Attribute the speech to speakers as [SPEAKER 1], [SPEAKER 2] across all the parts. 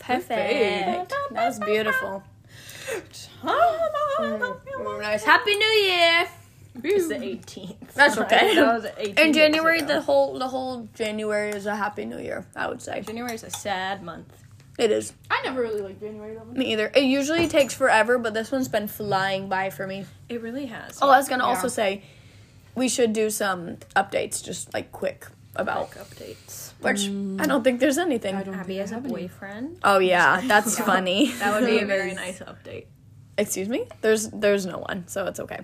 [SPEAKER 1] Perfect. That was beautiful. Mm-hmm.
[SPEAKER 2] Nice.
[SPEAKER 1] Happy New Year.
[SPEAKER 2] It's the 18th.
[SPEAKER 1] That's okay.
[SPEAKER 2] that was 18
[SPEAKER 1] In January,
[SPEAKER 2] days ago.
[SPEAKER 1] the whole the whole January is a Happy New Year. I would say
[SPEAKER 2] January is a sad month.
[SPEAKER 1] it is.
[SPEAKER 3] I never really liked January though.
[SPEAKER 1] Me either. It usually takes forever, but this one's been flying by for me.
[SPEAKER 2] It really has.
[SPEAKER 1] Oh, I was gonna also
[SPEAKER 2] Yeah.
[SPEAKER 1] say, we should do some updates, just like quick about
[SPEAKER 2] Like updates.
[SPEAKER 1] which I don't think there's anything.
[SPEAKER 3] Mm. don't
[SPEAKER 2] Abby has a boyfriend.
[SPEAKER 1] Oh yeah, that's funny.
[SPEAKER 2] That would be a very
[SPEAKER 3] Yes.
[SPEAKER 2] nice update.
[SPEAKER 1] Excuse me. There's there's no one, so it's okay.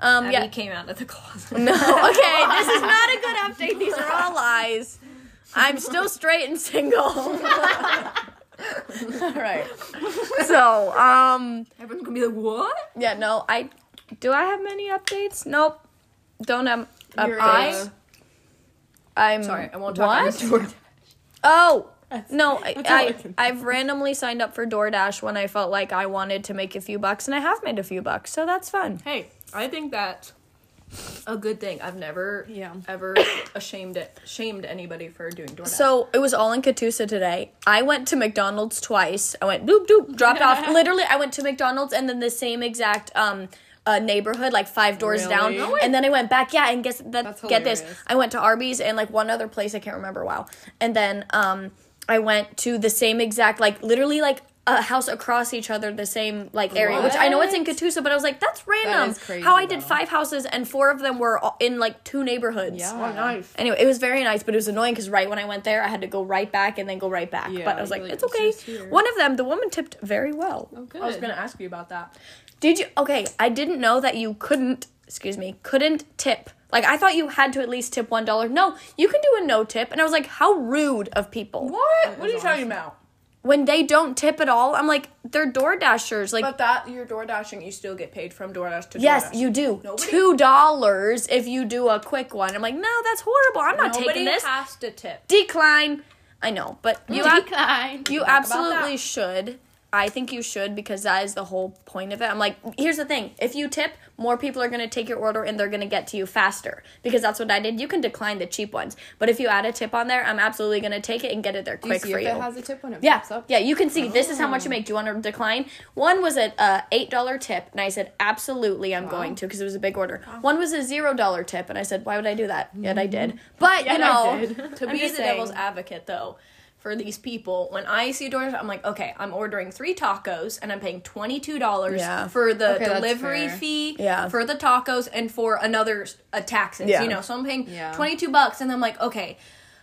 [SPEAKER 1] Um,
[SPEAKER 2] Abby
[SPEAKER 1] yeah.
[SPEAKER 2] came out of the closet.
[SPEAKER 1] No. Okay. This is not a good update. These are all lies. I'm still straight and single. all right. So um.
[SPEAKER 2] Everyone's gonna be like, what?
[SPEAKER 1] Yeah, no, I do I have many updates? Nope. Don't have
[SPEAKER 3] You're
[SPEAKER 1] updates.
[SPEAKER 3] a-
[SPEAKER 1] I'm
[SPEAKER 2] Sorry, I won't talk about
[SPEAKER 1] What?
[SPEAKER 2] this.
[SPEAKER 1] Oh. No, I,
[SPEAKER 3] that's all I
[SPEAKER 1] I
[SPEAKER 3] can-
[SPEAKER 1] I've randomly signed up for DoorDash when I felt like I wanted to make a few bucks, and I have made a few bucks, so that's fun.
[SPEAKER 2] Hey, I think that's a good thing. I've never,
[SPEAKER 3] Yeah.
[SPEAKER 2] ever ashamed it, shamed anybody for doing DoorDash.
[SPEAKER 1] So it was all in Catoosa today. I went to McDonald's twice. I went doop doop, dropped off. Literally, I went to McDonald's and then the same exact um uh, neighborhood, like five doors down.
[SPEAKER 3] Really? No way.
[SPEAKER 1] and then I went back. Yeah, and guess that
[SPEAKER 3] That's
[SPEAKER 1] get this.
[SPEAKER 3] hilarious.
[SPEAKER 1] I went to Arby's and like one other place I can't remember. Wow. And then um I went to the same exact like literally like. A house across each other, the same like area, which I know it's in Catoosa, but I was like, that's random.
[SPEAKER 3] is crazy,
[SPEAKER 1] How I did
[SPEAKER 3] though.
[SPEAKER 1] five houses and four of them were all- in like two neighborhoods.
[SPEAKER 3] Yeah.
[SPEAKER 2] nice.
[SPEAKER 1] Anyway, it was very nice, but it was annoying because right when I went there, I had to go right back and then go right back.
[SPEAKER 3] Yeah,
[SPEAKER 1] but I was like,
[SPEAKER 3] you're
[SPEAKER 1] it's
[SPEAKER 3] like,
[SPEAKER 1] okay.
[SPEAKER 3] "It's just here."
[SPEAKER 1] One of them, the woman tipped very well.
[SPEAKER 2] I was gonna ask you about that.
[SPEAKER 1] Did you? Okay, I didn't know that you couldn't. Excuse me, couldn't tip. Like I thought you had to at least tip one dollar. No, you can do a no tip, and I was like, how rude of people
[SPEAKER 2] What? What are you talking about?
[SPEAKER 1] when they don't tip at all. I'm like, they're door dashers. Like
[SPEAKER 2] But that you're door dashing, you still get paid from DoorDash to
[SPEAKER 1] Yes,
[SPEAKER 2] DoorDash.
[SPEAKER 1] you do.
[SPEAKER 2] Nobody-
[SPEAKER 1] Two dollars if you do a quick one. I'm like, no, that's horrible. I'm not
[SPEAKER 2] Nobody
[SPEAKER 1] taking this.
[SPEAKER 2] has to tip.
[SPEAKER 1] Decline. I know, but you have
[SPEAKER 3] decline.
[SPEAKER 1] You
[SPEAKER 2] talk about
[SPEAKER 1] absolutely
[SPEAKER 2] that.
[SPEAKER 1] should. I think you should because that is the whole point of it. I'm like, here's the thing. If you tip, more people are going to take your order and they're going to get to you faster because that's what I did. You can decline the cheap ones. But if you add a tip on there, I'm absolutely going to take it and get it there
[SPEAKER 3] Do you
[SPEAKER 1] quick
[SPEAKER 3] see
[SPEAKER 1] for
[SPEAKER 3] if
[SPEAKER 1] you.
[SPEAKER 3] it has a tip when it
[SPEAKER 1] yeah.
[SPEAKER 3] pops up?
[SPEAKER 1] Yeah, you can see this is how
[SPEAKER 2] Oh.
[SPEAKER 1] much you make. Do you want to decline? One was a uh, $8 tip and I said, "Absolutely, I'm going to" because it was a big order. One was a $0 tip and I said, "Why would I do that?" Yet I
[SPEAKER 2] Mm-hmm.
[SPEAKER 1] did. But, you know,
[SPEAKER 2] to
[SPEAKER 1] I'm
[SPEAKER 2] be the
[SPEAKER 1] just
[SPEAKER 2] devil's
[SPEAKER 1] saying.
[SPEAKER 2] advocate though for these people when i see DoorDash, i'm like okay i'm ordering three tacos and i'm paying $22
[SPEAKER 1] Yeah.
[SPEAKER 2] for the
[SPEAKER 3] Okay, that's
[SPEAKER 2] delivery
[SPEAKER 3] fair.
[SPEAKER 2] fee
[SPEAKER 1] Yeah.
[SPEAKER 2] for the tacos and for another s- uh, taxes
[SPEAKER 1] Yeah.
[SPEAKER 2] you know so i'm paying
[SPEAKER 3] Yeah.
[SPEAKER 2] 22 bucks and i'm like okay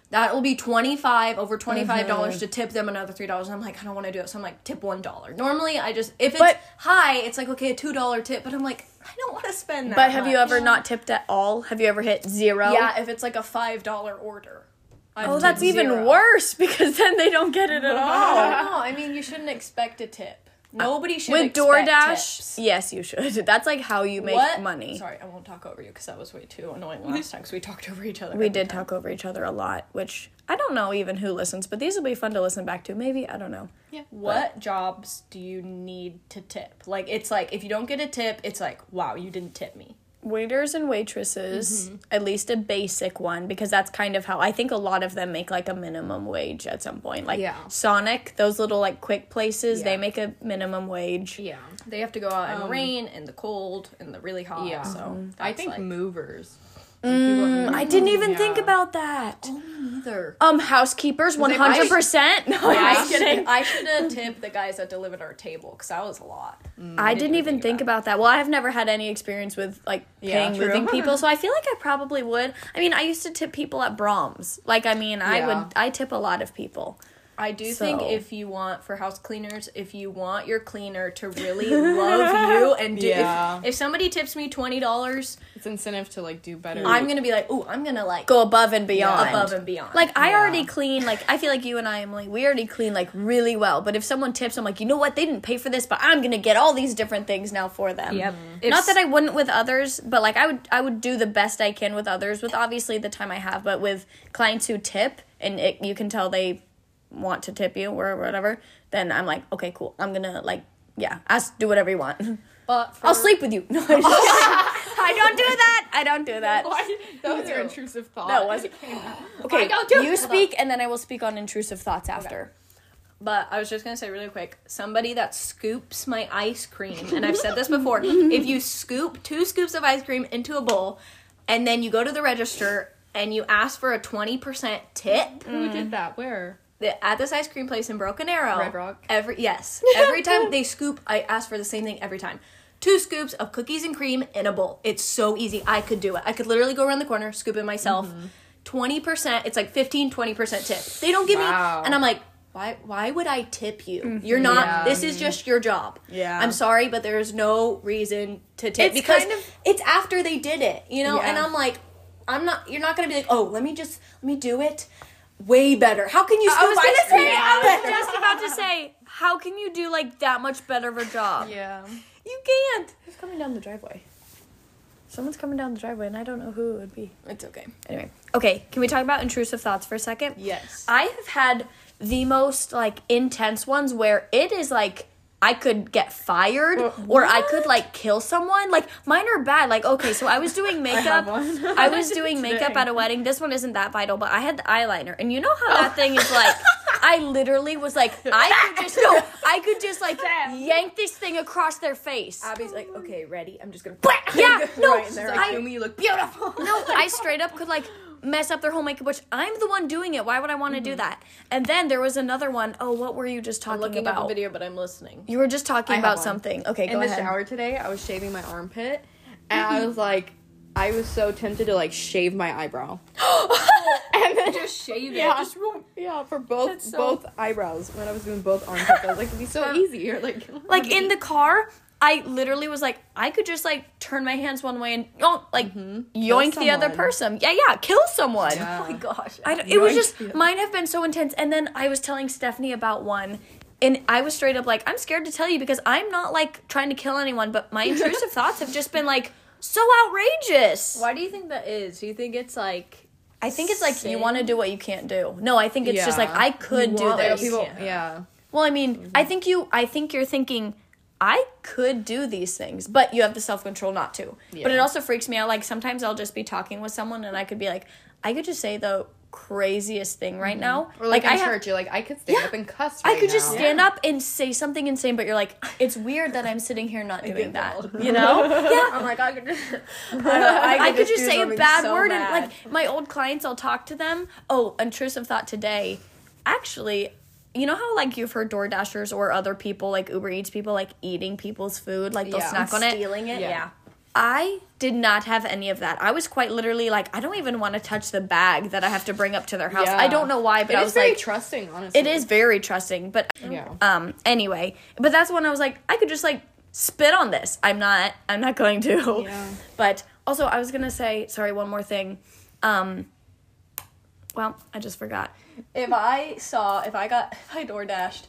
[SPEAKER 2] that will be 25 over $25
[SPEAKER 1] Mm-hmm.
[SPEAKER 2] dollars to tip them another $3 and i'm like i don't want to do it so i'm like tip $1 normally i just if it's
[SPEAKER 1] But-
[SPEAKER 2] high it's like okay a $2 tip but i'm like i don't want to spend that
[SPEAKER 1] But have you
[SPEAKER 2] much.
[SPEAKER 1] ever not tipped at all? Have you ever hit 0?
[SPEAKER 2] yeah if it's like a $5 order I've
[SPEAKER 1] Oh,
[SPEAKER 2] tipped
[SPEAKER 1] that's even
[SPEAKER 2] zero.
[SPEAKER 1] worse because then they don't get it at all.
[SPEAKER 2] No, I mean you shouldn't expect a tip. Nobody should
[SPEAKER 1] With
[SPEAKER 2] expect
[SPEAKER 1] DoorDash,
[SPEAKER 2] tips.
[SPEAKER 1] yes, you should. That's like how you make
[SPEAKER 2] What?
[SPEAKER 1] money.
[SPEAKER 2] Sorry, I won't talk over you because that was way too annoying last time because we talked over each other.
[SPEAKER 1] We did talk over each other a lot, which I don't know even who listens, but these will be fun to listen back to. Maybe I don't know.
[SPEAKER 2] What jobs do you need to tip? Like it's like if you don't get a tip, it's like wow, you didn't tip me.
[SPEAKER 1] Waiters and
[SPEAKER 2] Mm-hmm.
[SPEAKER 1] waitresses, at least a basic one, because that's kind of how I think a lot of them make like a minimum wage at some point. Like
[SPEAKER 3] Yeah.
[SPEAKER 1] Sonic, those little like quick places, they
[SPEAKER 2] Yeah.
[SPEAKER 1] make a minimum wage.
[SPEAKER 3] Yeah.
[SPEAKER 2] They have to go out in the rain and the cold and the really hot.
[SPEAKER 3] Yeah.
[SPEAKER 2] So
[SPEAKER 3] Mm-hmm. I
[SPEAKER 2] that's
[SPEAKER 3] think
[SPEAKER 2] like,
[SPEAKER 3] movers. Mm, Like, people who
[SPEAKER 1] I
[SPEAKER 3] move.
[SPEAKER 1] didn't even
[SPEAKER 3] Yeah.
[SPEAKER 1] think about that.
[SPEAKER 2] either.
[SPEAKER 1] Um, housekeepers, one
[SPEAKER 3] it right?
[SPEAKER 1] hundred percent. No, I'm
[SPEAKER 2] I
[SPEAKER 1] just
[SPEAKER 2] should
[SPEAKER 1] kidding.
[SPEAKER 2] I should have tipped the guys that delivered our table because that was a lot.
[SPEAKER 1] I didn't even think about that. Well, I've never had any experience with like
[SPEAKER 3] Yeah,
[SPEAKER 1] paying
[SPEAKER 3] true.
[SPEAKER 1] moving people, so I feel like I probably would. I mean, I used to tip people at Brahms. Like, I mean, I
[SPEAKER 3] Yeah.
[SPEAKER 1] would. I tip a lot of people.
[SPEAKER 2] I do think
[SPEAKER 1] So-
[SPEAKER 2] if you want for house cleaners, if you want your cleaner to really love you and do, if-
[SPEAKER 3] Yeah.
[SPEAKER 2] if, somebody tips me twenty dollars,
[SPEAKER 3] It's incentive to like do better.
[SPEAKER 2] I'm gonna be like, oh, I'm gonna like
[SPEAKER 1] Go above and beyond.
[SPEAKER 2] above and beyond.
[SPEAKER 1] Like I
[SPEAKER 3] Yeah.
[SPEAKER 1] already clean. Like I feel like you and I, Emily, we already clean like really well. But if someone tips, I'm like, you know what? They didn't pay for this, but I'm gonna get all these different things now for them.
[SPEAKER 2] yep.
[SPEAKER 1] Not that I wouldn't with others, but like I would I would do the best I can with others with obviously the time I have, but with clients who tip and it, you can tell they want to tip you or whatever, then I'm like, okay, cool. I'm going to like yeah, ask do whatever you want.
[SPEAKER 2] But for,
[SPEAKER 1] I'll sleep with you. No, I'm just kidding. I don't do that. I don't do that.
[SPEAKER 3] Why? That was your intrusive thought.
[SPEAKER 1] That was
[SPEAKER 3] I
[SPEAKER 1] Okay,
[SPEAKER 3] don't do-
[SPEAKER 1] you
[SPEAKER 3] Hold
[SPEAKER 1] speak and then I will speak on intrusive thoughts after.
[SPEAKER 2] But I was just gonna say really quick, somebody that scoops my ice cream, and I've said this before, if you scoop two scoops of ice cream into a bowl and then you go to the register and you ask for a twenty percent tip
[SPEAKER 3] Who did that? Where?
[SPEAKER 2] the- at this ice cream place in Broken Arrow.
[SPEAKER 3] Red Rock?
[SPEAKER 2] Every yes. Every time they scoop, I ask for the same thing every time. Two scoops of cookies and cream in a bowl. It's so easy. I could do it. I could literally go around the corner, scoop it myself.
[SPEAKER 3] Mm-hmm.
[SPEAKER 2] 20%, it's like 15, 20% tip. They don't give
[SPEAKER 3] Wow. Mm-hmm.
[SPEAKER 2] me and I'm like, why why would I tip you? You're not
[SPEAKER 3] Yeah.
[SPEAKER 2] this is just your job.
[SPEAKER 3] Yeah.
[SPEAKER 2] I'm sorry, but there's no reason to tip
[SPEAKER 1] It's
[SPEAKER 2] because
[SPEAKER 1] kind of-
[SPEAKER 2] it's after they did it, you know? And
[SPEAKER 3] Yeah.
[SPEAKER 2] I'm like, I'm not you're not gonna be like, oh, let me just let me do it way better. How can you
[SPEAKER 1] I
[SPEAKER 2] scoop
[SPEAKER 1] was gonna
[SPEAKER 2] ice cream
[SPEAKER 1] say, I was
[SPEAKER 2] better?
[SPEAKER 1] just about to say, how can you do like that much better of a job?
[SPEAKER 3] Yeah.
[SPEAKER 1] You can't. Who's coming down the driveway? Someone's coming down the driveway, and I don't know who it would be.
[SPEAKER 2] It's okay.
[SPEAKER 1] Anyway, okay, can we talk about intrusive thoughts for a second?
[SPEAKER 3] Yes.
[SPEAKER 1] I have had the most like intense ones where it is like I could get fired or I could like kill someone. Like mine are bad. Like okay, so I was doing makeup.
[SPEAKER 3] one.
[SPEAKER 1] I, was doing makeup
[SPEAKER 3] Today.
[SPEAKER 1] at a wedding. This one isn't that vital, but I had the eyeliner, and you know how
[SPEAKER 3] Oh.
[SPEAKER 1] that thing is like. I literally was like, I could just no, I could just like yank this thing across their face.
[SPEAKER 2] Abby's like, okay, ready? I'm just gonna.
[SPEAKER 1] Yeah, no,
[SPEAKER 2] right in there.
[SPEAKER 1] I-
[SPEAKER 2] Umi, you look beautiful.
[SPEAKER 1] No, I straight up could like mess up their whole makeup, which I'm the one doing it. Why would I want to
[SPEAKER 3] Mm-hmm.
[SPEAKER 1] do that? And then there was another one. Oh, what were you just talking
[SPEAKER 2] looking
[SPEAKER 1] about?
[SPEAKER 2] up a video, but I'm listening.
[SPEAKER 1] You were just talking
[SPEAKER 3] I have
[SPEAKER 1] about
[SPEAKER 3] one.
[SPEAKER 1] something. Okay,
[SPEAKER 3] in
[SPEAKER 1] go
[SPEAKER 3] the
[SPEAKER 1] ahead.
[SPEAKER 3] shower today, I was shaving my armpit, and I was like, I was so tempted to like shave my eyebrow, and then just
[SPEAKER 2] Shave
[SPEAKER 3] yeah, yeah, for both
[SPEAKER 2] That's so-
[SPEAKER 3] both eyebrows. When I was doing both armpits, I was like, it'd be so easy. Or like,
[SPEAKER 1] Like in the car, I literally was like, I could just like turn my hands one way and oh, like yoink
[SPEAKER 3] Kill
[SPEAKER 1] the other
[SPEAKER 3] someone.
[SPEAKER 1] person. Yeah, yeah, kill someone.
[SPEAKER 3] Yeah.
[SPEAKER 2] Oh my gosh.
[SPEAKER 1] I don't, it was
[SPEAKER 3] Yoink
[SPEAKER 1] just
[SPEAKER 3] the other-
[SPEAKER 1] mine have been so intense. And then I was telling Stephanie about one. And I was straight up like, I'm scared to tell you because I'm not like trying to kill anyone, but my intrusive thoughts have just been like so outrageous.
[SPEAKER 2] Why do you think that is? Do you think it's like
[SPEAKER 1] I think it's like you
[SPEAKER 2] Sin?
[SPEAKER 1] want to do what you can't do. No, I think it's just like
[SPEAKER 3] Yeah.
[SPEAKER 1] I could
[SPEAKER 2] You
[SPEAKER 1] do
[SPEAKER 2] want-
[SPEAKER 1] this.
[SPEAKER 2] like,
[SPEAKER 3] people,
[SPEAKER 2] Yeah.
[SPEAKER 3] yeah,
[SPEAKER 1] well, I mean,
[SPEAKER 3] Mm-hmm.
[SPEAKER 1] I think you I think you're thinking I could do these things, but you have the self-control not to. But it
[SPEAKER 3] Yeah.
[SPEAKER 1] also freaks me out like sometimes I'll just be talking with someone and I could be like I could just say the craziest thing right now.
[SPEAKER 3] Mm-hmm. or like,
[SPEAKER 1] I
[SPEAKER 3] in
[SPEAKER 1] have-
[SPEAKER 3] church, you're like, I could stand
[SPEAKER 1] Yeah.
[SPEAKER 3] up and cuss.
[SPEAKER 1] I
[SPEAKER 3] right
[SPEAKER 1] could just
[SPEAKER 3] now.
[SPEAKER 1] stand up and say something insane, but you're like, it's weird that I'm sitting here not doing that.
[SPEAKER 2] that.
[SPEAKER 1] You know? yeah.
[SPEAKER 2] I'm like I could just.
[SPEAKER 1] I, could just,
[SPEAKER 2] do
[SPEAKER 1] say a
[SPEAKER 2] something
[SPEAKER 1] bad
[SPEAKER 2] so
[SPEAKER 1] word
[SPEAKER 2] bad.
[SPEAKER 1] and like my old clients I'll talk to them. Oh, intrusive thought today. Actually, you know how like you've heard DoorDashers or other people like Uber Eats people like eating people's food, like they'll
[SPEAKER 3] Yeah.
[SPEAKER 1] snack on it.
[SPEAKER 2] stealing it.
[SPEAKER 3] Yeah.
[SPEAKER 2] Yeah.
[SPEAKER 1] I did not have any of that. I was quite literally like, I don't even want to touch the bag that I have to bring up to their house.
[SPEAKER 3] Yeah.
[SPEAKER 1] I don't know why, but
[SPEAKER 3] It
[SPEAKER 1] I
[SPEAKER 3] is
[SPEAKER 1] was
[SPEAKER 3] very
[SPEAKER 1] like
[SPEAKER 3] trusting, honestly.
[SPEAKER 1] it is very trusting, but
[SPEAKER 3] Yeah.
[SPEAKER 1] um anyway, but that's when I was like I could just like spit on this. I'm not I'm not going to.
[SPEAKER 3] Yeah.
[SPEAKER 1] But also I was going to say, sorry, one more thing. Um well, I just forgot.
[SPEAKER 2] If I saw, if I got, if I door dashed,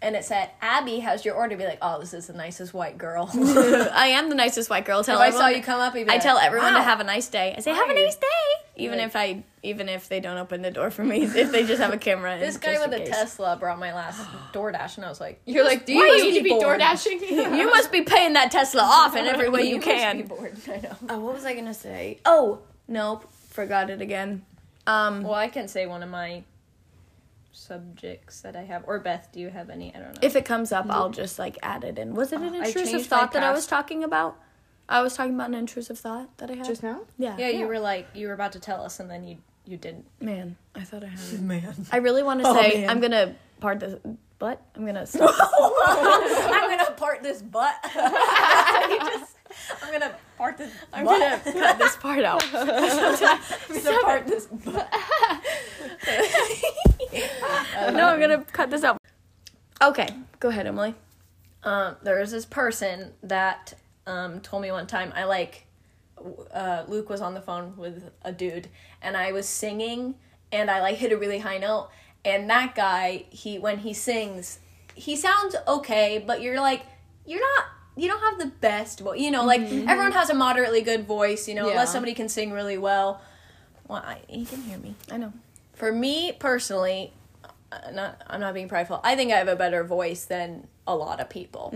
[SPEAKER 2] and it said Abby has your order, I'd be like, oh, this is the nicest white girl.
[SPEAKER 1] I am the nicest white girl. Tell
[SPEAKER 2] If I
[SPEAKER 1] everyone-
[SPEAKER 2] saw you come up, you'd be
[SPEAKER 1] I
[SPEAKER 2] like, "Ah,
[SPEAKER 1] tell everyone to
[SPEAKER 2] "Wow."
[SPEAKER 1] have a nice day. I say have a
[SPEAKER 2] Hi.
[SPEAKER 1] nice day, even if I even if they don't open the door for me, if they just have a camera. in
[SPEAKER 2] This guy
[SPEAKER 1] just
[SPEAKER 2] with
[SPEAKER 1] in
[SPEAKER 2] a
[SPEAKER 1] case.
[SPEAKER 2] Tesla brought my last DoorDash, and I was like,
[SPEAKER 3] You're like, do
[SPEAKER 2] Why
[SPEAKER 3] you
[SPEAKER 2] you
[SPEAKER 3] need to be
[SPEAKER 2] born?
[SPEAKER 3] door dashing? yeah.
[SPEAKER 1] You must be paying that Tesla off in every way you,
[SPEAKER 2] must
[SPEAKER 1] can.
[SPEAKER 2] be bored. I know.
[SPEAKER 1] Oh, what was I gonna say? Oh, nope, forgot it again. Um,
[SPEAKER 2] Well, I can say one of my subjects that I have, or Beth, do you have any? I don't know.
[SPEAKER 1] if it comes up, I'll just like add it in. Was it an
[SPEAKER 2] Mm. I
[SPEAKER 1] intrusive
[SPEAKER 2] changed
[SPEAKER 1] thought
[SPEAKER 2] my
[SPEAKER 1] that I was
[SPEAKER 2] past-
[SPEAKER 1] talking about? I was talking about an intrusive thought that I had.
[SPEAKER 3] Just now?
[SPEAKER 1] yeah.
[SPEAKER 2] yeah, you were like, you were about to tell us, and then you you didn't.
[SPEAKER 1] Man, I thought I had. It.
[SPEAKER 2] Man,
[SPEAKER 1] I really want to
[SPEAKER 2] Oh,
[SPEAKER 1] say
[SPEAKER 2] man.
[SPEAKER 1] I'm gonna part this. What? I'm gonna stop. this.
[SPEAKER 2] I'm gonna part this butt. I'm gonna part this.
[SPEAKER 1] I'm gonna cut this part out.
[SPEAKER 2] I'm gonna part this butt.
[SPEAKER 1] no, I'm gonna cut this out. Okay, go ahead, Emily.
[SPEAKER 2] um, there was this person that um, told me one time I like w- uh, Luke was on the phone with a dude and I was singing and I like hit a really high note and that guy he when he sings he sounds okay but you're like you're not you don't have the best voice you know like everyone has a moderately good voice you know
[SPEAKER 3] Yeah.
[SPEAKER 2] unless somebody can sing really well well I, he can hear me
[SPEAKER 1] I know.
[SPEAKER 2] for me personally uh, not I'm not being prideful. I think I have a better voice than a lot of people.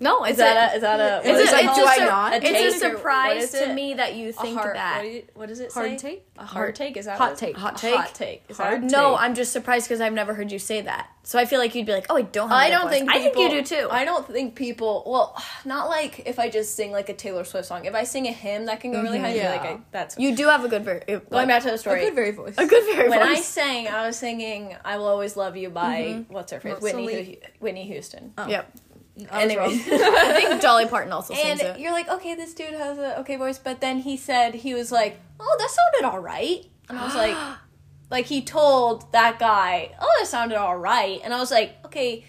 [SPEAKER 3] No, it's
[SPEAKER 1] Is that Mm-hmm. a,
[SPEAKER 3] a-
[SPEAKER 1] is that a, what
[SPEAKER 3] Is it-
[SPEAKER 1] is it
[SPEAKER 3] it's
[SPEAKER 1] called?
[SPEAKER 3] do I
[SPEAKER 1] It's a-
[SPEAKER 3] not?
[SPEAKER 1] it's a
[SPEAKER 2] take or- what
[SPEAKER 1] surprise
[SPEAKER 2] is
[SPEAKER 1] to
[SPEAKER 2] it?
[SPEAKER 1] me that you think
[SPEAKER 2] hard,
[SPEAKER 1] that.
[SPEAKER 2] What, do you, what does it
[SPEAKER 3] Hard
[SPEAKER 2] say?
[SPEAKER 3] take?
[SPEAKER 2] A hard,
[SPEAKER 3] Hard-
[SPEAKER 2] take? Is that
[SPEAKER 3] hot
[SPEAKER 2] what-
[SPEAKER 3] take.
[SPEAKER 2] A
[SPEAKER 3] Hot
[SPEAKER 2] hard
[SPEAKER 1] take.
[SPEAKER 2] take. Is
[SPEAKER 3] Hard
[SPEAKER 2] that,
[SPEAKER 1] No,
[SPEAKER 3] take.
[SPEAKER 1] I'm just surprised because I've never heard you say that. So I feel like you'd be like, oh, I don't. Have
[SPEAKER 2] I
[SPEAKER 1] that
[SPEAKER 2] don't
[SPEAKER 1] voice."
[SPEAKER 2] think
[SPEAKER 1] I think you do too.
[SPEAKER 2] people- I don't think people. Well, not like if I just sing like a Taylor Swift song. If I sing a hymn, that can go really high.
[SPEAKER 3] Yeah.
[SPEAKER 2] Like I, that's
[SPEAKER 1] Mm-hmm. you do have a good. Ver- going
[SPEAKER 2] going back to the story.
[SPEAKER 3] a good very voice.
[SPEAKER 1] a good very
[SPEAKER 2] when I
[SPEAKER 1] voice. Mm-hmm.
[SPEAKER 2] sang, I was singing "I Will Always Love You" by what's her face, Whitney,
[SPEAKER 3] Rosalie.
[SPEAKER 2] Hu- Whitney Houston.
[SPEAKER 1] yep.
[SPEAKER 3] I was wrong.
[SPEAKER 1] I think Dolly Parton also sings
[SPEAKER 2] and
[SPEAKER 1] it.
[SPEAKER 2] you're like, okay, this dude has a okay voice, but then he said he was like, oh, that sounded all right, and I was like, like he told that guy, oh, that sounded all right, and I was like, okay,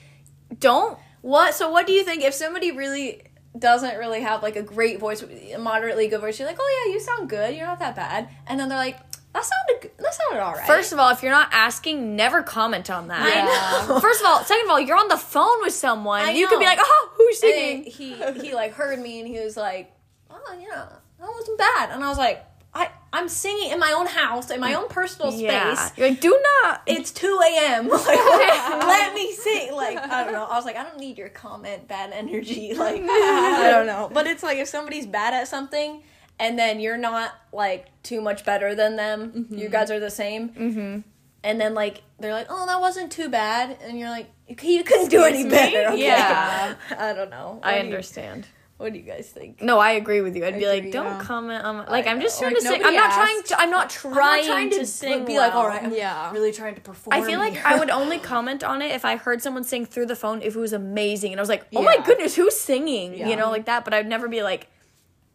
[SPEAKER 1] Don't.
[SPEAKER 2] what? So what do you think if somebody really doesn't really have like a great voice, a moderately good voice? You're like, oh yeah, you sound good, you're not that bad, and then they're like, that sounded g- that sounded all right.
[SPEAKER 1] First of all, if you're not asking, never comment on that.
[SPEAKER 2] I know.
[SPEAKER 1] First of all, second of all, you're on the phone with someone.
[SPEAKER 2] I
[SPEAKER 1] you could be
[SPEAKER 2] know.
[SPEAKER 1] like, oh, who's
[SPEAKER 2] And
[SPEAKER 1] singing?
[SPEAKER 2] he he like heard me and he was like, oh yeah, that wasn't bad. And I was like, I I'm singing in my own house in my own personal
[SPEAKER 1] Yeah.
[SPEAKER 2] space.
[SPEAKER 1] You're like, do not.
[SPEAKER 2] It's two a.m. Like let me sing. Like I don't know. I was like, I don't need your comment, bad energy. Like I don't know. But it's like if somebody's bad at something. And then you're not like too much better than them. You guys are the same. Mm-hmm. And then like they're like, oh, that wasn't too bad. And you're like, you couldn't do any better. okay?
[SPEAKER 1] Yeah.
[SPEAKER 2] I don't know. What
[SPEAKER 1] I
[SPEAKER 2] do you-
[SPEAKER 1] understand.
[SPEAKER 2] what do you guys think?
[SPEAKER 1] No, I agree with you. I'd be
[SPEAKER 3] agree,
[SPEAKER 1] like, don't
[SPEAKER 3] yeah.
[SPEAKER 1] comment on my, like I'm just
[SPEAKER 2] know.
[SPEAKER 1] trying to
[SPEAKER 3] Like,
[SPEAKER 1] sing. I'm
[SPEAKER 3] nobody
[SPEAKER 1] not trying
[SPEAKER 3] asked.
[SPEAKER 1] to. I'm not trying, to, sing.
[SPEAKER 2] be like,
[SPEAKER 1] well.
[SPEAKER 2] all right, I'm
[SPEAKER 3] Yeah.
[SPEAKER 2] really trying to perform.
[SPEAKER 1] I feel like
[SPEAKER 2] here."
[SPEAKER 1] I would only comment on it if I heard someone sing through the phone if it was amazing and I was like, oh my
[SPEAKER 3] Yeah.
[SPEAKER 1] goodness, who's singing?
[SPEAKER 3] Yeah.
[SPEAKER 1] You know, like that. But I'd never be like,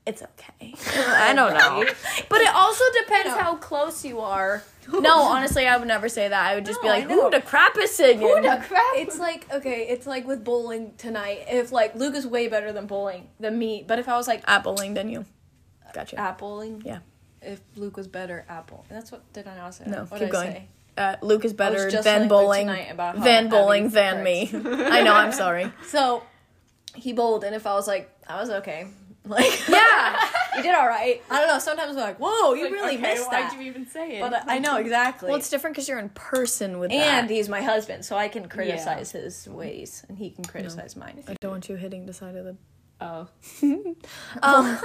[SPEAKER 1] it's okay. I don't know. But it also depends
[SPEAKER 2] No.
[SPEAKER 1] how close you are. No, honestly, I would never say that. I would just be
[SPEAKER 2] No,
[SPEAKER 1] like,
[SPEAKER 2] I
[SPEAKER 1] who
[SPEAKER 2] know.
[SPEAKER 1] the crap is singing?
[SPEAKER 2] It's like okay, it's like with bowling tonight. If like Luke is way better than bowling than me, but if I was like
[SPEAKER 1] Appling than you. Gotcha.
[SPEAKER 2] at bowling,
[SPEAKER 1] Yeah.
[SPEAKER 2] If Luke was better at bowling, that's what did I not say?
[SPEAKER 1] No,
[SPEAKER 2] what
[SPEAKER 1] keep
[SPEAKER 2] did
[SPEAKER 1] going.
[SPEAKER 2] I say?
[SPEAKER 1] Uh, Luke is better
[SPEAKER 2] just
[SPEAKER 1] than
[SPEAKER 2] like Luke
[SPEAKER 1] bowling,
[SPEAKER 2] tonight about how
[SPEAKER 1] than
[SPEAKER 2] Abby
[SPEAKER 1] bowling, than me.
[SPEAKER 2] corrects.
[SPEAKER 1] I know. I'm sorry.
[SPEAKER 2] So he bowled, and if I was like, I was okay. Like
[SPEAKER 1] Yeah.
[SPEAKER 2] you did all right. I don't know. Sometimes we're like, whoa, you really missed that.
[SPEAKER 3] you even say it?
[SPEAKER 2] but
[SPEAKER 1] uh,
[SPEAKER 2] I, I know exactly.
[SPEAKER 1] Well, it's different because you're in person with
[SPEAKER 2] and
[SPEAKER 1] that.
[SPEAKER 2] he's my husband, so I can criticize his ways, and he can criticize mine.
[SPEAKER 1] I don't want you hitting the side of the.
[SPEAKER 3] oh.
[SPEAKER 1] Um,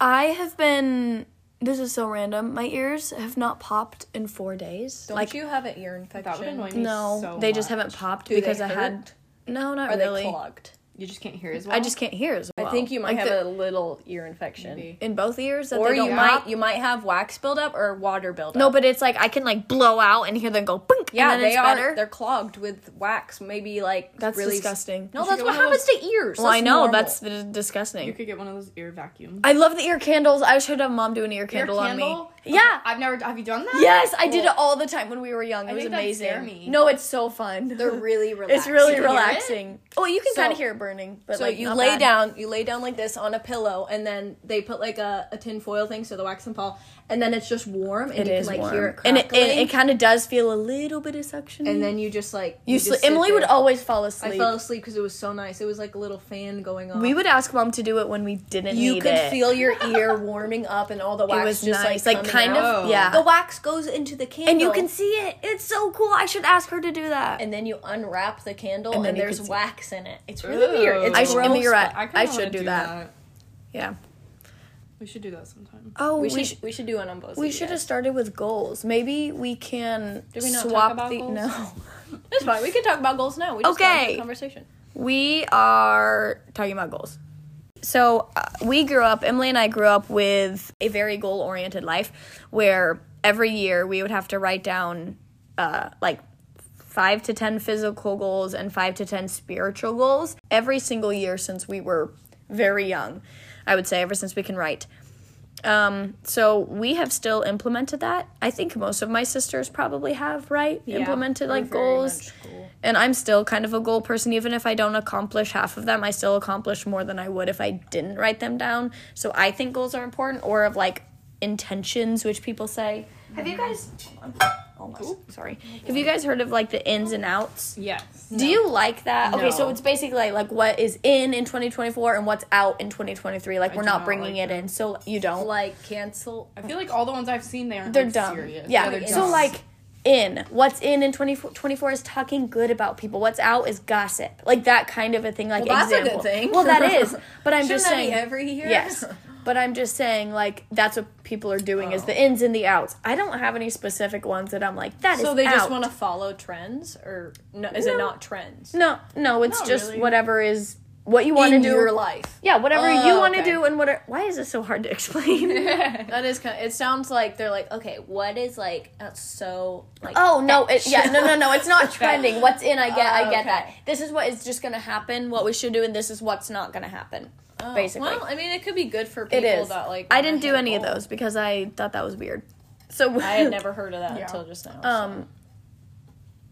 [SPEAKER 1] I have been. This is so random. My ears have not popped in four days.
[SPEAKER 2] Don't
[SPEAKER 1] like
[SPEAKER 2] you have an ear infection?
[SPEAKER 3] That would annoy me
[SPEAKER 1] no,
[SPEAKER 3] so
[SPEAKER 1] they just
[SPEAKER 3] much.
[SPEAKER 1] haven't popped
[SPEAKER 2] Do they
[SPEAKER 1] because I had. No, not
[SPEAKER 2] Are
[SPEAKER 1] really.
[SPEAKER 2] they clogged?
[SPEAKER 3] You just can't hear as well.
[SPEAKER 1] I just can't hear as well.
[SPEAKER 2] I think you might
[SPEAKER 1] Like
[SPEAKER 2] have
[SPEAKER 1] the-
[SPEAKER 2] a little ear infection,
[SPEAKER 3] Maybe.
[SPEAKER 1] in both ears, that
[SPEAKER 2] or
[SPEAKER 1] they
[SPEAKER 2] you
[SPEAKER 1] don't
[SPEAKER 2] might
[SPEAKER 1] pop.
[SPEAKER 2] you might have wax buildup or water buildup.
[SPEAKER 1] No, but it's like I can like blow out and hear them go. Boink,
[SPEAKER 2] yeah,
[SPEAKER 1] and then it's
[SPEAKER 2] they are.
[SPEAKER 1] Better.
[SPEAKER 2] They're clogged with wax. Maybe like
[SPEAKER 1] That's
[SPEAKER 2] really
[SPEAKER 1] disgusting.
[SPEAKER 2] No,
[SPEAKER 3] should
[SPEAKER 2] that's
[SPEAKER 3] get
[SPEAKER 2] what
[SPEAKER 3] one of
[SPEAKER 2] happens to ears.
[SPEAKER 1] Well, I know
[SPEAKER 2] normal.
[SPEAKER 1] that's d- disgusting.
[SPEAKER 3] You could get one of those ear vacuums.
[SPEAKER 1] I love the ear candles. I should have mom do an ear candle, on
[SPEAKER 3] candle?
[SPEAKER 1] me. Yeah.
[SPEAKER 3] I've never. Have you done that?
[SPEAKER 1] Yes, I did it all the time when we were young. It was
[SPEAKER 3] think that'd
[SPEAKER 1] amazing.
[SPEAKER 3] scare me.
[SPEAKER 1] No, it's so fun.
[SPEAKER 2] they're really relaxed.
[SPEAKER 1] it's really
[SPEAKER 3] You can hear it?
[SPEAKER 1] relaxing. Oh, you can
[SPEAKER 2] So-
[SPEAKER 1] kind of hear it burning, but
[SPEAKER 2] So
[SPEAKER 1] like
[SPEAKER 2] you
[SPEAKER 1] not
[SPEAKER 2] lay
[SPEAKER 1] bad.
[SPEAKER 2] down, you lay down like this on a pillow, and then they put like a, a tin foil thing so the wax can fall, and then it's just warm, and
[SPEAKER 1] It
[SPEAKER 2] you
[SPEAKER 1] is
[SPEAKER 2] can like
[SPEAKER 1] warm.
[SPEAKER 2] hear it
[SPEAKER 1] and it,
[SPEAKER 2] crackling,
[SPEAKER 1] it, kind of does feel a little bit of suction.
[SPEAKER 2] and then you just like
[SPEAKER 1] you,
[SPEAKER 2] just
[SPEAKER 1] sli-
[SPEAKER 2] sit
[SPEAKER 1] Emily would
[SPEAKER 2] there.
[SPEAKER 1] always fall asleep.
[SPEAKER 2] I fell asleep because it was so nice. It was like a little fan going on.
[SPEAKER 1] we would ask mom to do it when we didn't
[SPEAKER 2] you
[SPEAKER 1] need
[SPEAKER 2] could
[SPEAKER 1] it.
[SPEAKER 2] feel your ear warming up, and all the wax
[SPEAKER 1] it was
[SPEAKER 2] just
[SPEAKER 1] nice, like,
[SPEAKER 2] like, coming
[SPEAKER 1] kind
[SPEAKER 2] out.
[SPEAKER 1] of
[SPEAKER 3] out.
[SPEAKER 1] yeah.
[SPEAKER 2] The wax goes into the candle,
[SPEAKER 1] and you can see it. It's so cool. I should ask her to do that.
[SPEAKER 2] and then you unwrap the candle,
[SPEAKER 1] And
[SPEAKER 2] and,
[SPEAKER 1] then you
[SPEAKER 2] there's
[SPEAKER 1] can see-
[SPEAKER 2] wax in it. It's really weird. It's
[SPEAKER 1] I should-
[SPEAKER 2] gross.
[SPEAKER 1] Emily, you're right.
[SPEAKER 3] kinda
[SPEAKER 1] I should
[SPEAKER 3] wanna
[SPEAKER 1] do that. yeah.
[SPEAKER 3] We should do that sometime.
[SPEAKER 1] Oh,
[SPEAKER 2] we, should we should do one on both.
[SPEAKER 1] We should have started with goals. Maybe we can
[SPEAKER 2] Did we not talk
[SPEAKER 1] swap
[SPEAKER 2] about
[SPEAKER 1] the
[SPEAKER 2] goals?
[SPEAKER 1] no.
[SPEAKER 2] It's fine. We can talk about goals now. We just got into
[SPEAKER 1] Okay.
[SPEAKER 2] the conversation.
[SPEAKER 1] We are talking about goals. So uh, we grew up. Emily and I grew up with a very goal-oriented life, where every year we would have to write down uh, like five to ten physical goals and five to ten spiritual goals every single year since we were very young. I would say ever since we can write. Um, so we have still implemented that. I think most of my sisters probably have, right? implemented like goals. And I'm still kind of a goal person. Even if I don't accomplish half of them, I still accomplish more than I would if I didn't write them down. So I think goals are important, or of like intentions, which people say. Have you guys? Almost. Sorry. Have you guys heard of like the ins and outs?
[SPEAKER 3] Yes.
[SPEAKER 1] Do you like that? Okay, so
[SPEAKER 3] No.
[SPEAKER 1] it's basically like what is in in 2024 and what's out in 2023. Like we're
[SPEAKER 3] do
[SPEAKER 1] not
[SPEAKER 3] not
[SPEAKER 1] bringing it
[SPEAKER 3] like
[SPEAKER 1] in, so you don't
[SPEAKER 2] Like cancel.
[SPEAKER 3] I feel like all the ones I've seen they aren't
[SPEAKER 1] they're
[SPEAKER 3] like,
[SPEAKER 1] dumb.
[SPEAKER 3] serious.
[SPEAKER 1] Yeah.
[SPEAKER 3] they're
[SPEAKER 1] so
[SPEAKER 3] dumb.
[SPEAKER 1] like in. What's in in 24, 24 is talking good about people. What's out is gossip. Like that kind of a thing. Like
[SPEAKER 2] Well, that's a good
[SPEAKER 1] example.
[SPEAKER 2] thing.
[SPEAKER 1] Well, that is. But I'm
[SPEAKER 2] Shouldn't
[SPEAKER 1] just
[SPEAKER 2] that
[SPEAKER 1] saying
[SPEAKER 2] be every year?
[SPEAKER 1] Yes. But I'm just saying, like that's what people are doing is
[SPEAKER 2] Oh.
[SPEAKER 1] the ins and the outs. I don't have any specific ones that I'm like that is.
[SPEAKER 2] So they just
[SPEAKER 1] out.
[SPEAKER 2] want to follow trends, or no, is
[SPEAKER 1] No.
[SPEAKER 2] it not trends?
[SPEAKER 1] No, no, it's
[SPEAKER 2] Not
[SPEAKER 1] just
[SPEAKER 2] really.
[SPEAKER 1] whatever is what you want to
[SPEAKER 2] in
[SPEAKER 1] do.
[SPEAKER 2] your life.
[SPEAKER 1] Yeah, whatever you
[SPEAKER 2] Oh,
[SPEAKER 1] want to
[SPEAKER 2] okay.
[SPEAKER 1] do and what. Why is this so hard to explain?
[SPEAKER 2] That is kind. Of, it sounds like they're like, okay, what is like that's so like.
[SPEAKER 1] oh no, it, yeah, no, no, no. It's not trending. What's in? I get, I
[SPEAKER 2] Oh,
[SPEAKER 1] get
[SPEAKER 2] okay.
[SPEAKER 1] that. This is what is just gonna happen. What we should do, and this is what's not gonna happen.
[SPEAKER 2] Oh,
[SPEAKER 1] basically.
[SPEAKER 2] Well, I mean, it could be good for
[SPEAKER 1] It
[SPEAKER 2] people
[SPEAKER 1] is.
[SPEAKER 2] that like.
[SPEAKER 1] I
[SPEAKER 2] wanna
[SPEAKER 1] didn't do
[SPEAKER 2] hit a
[SPEAKER 1] any of
[SPEAKER 2] goal.
[SPEAKER 1] those because I thought that was weird. So
[SPEAKER 2] I had never heard of that
[SPEAKER 3] Yeah.
[SPEAKER 2] until just now.
[SPEAKER 1] Um,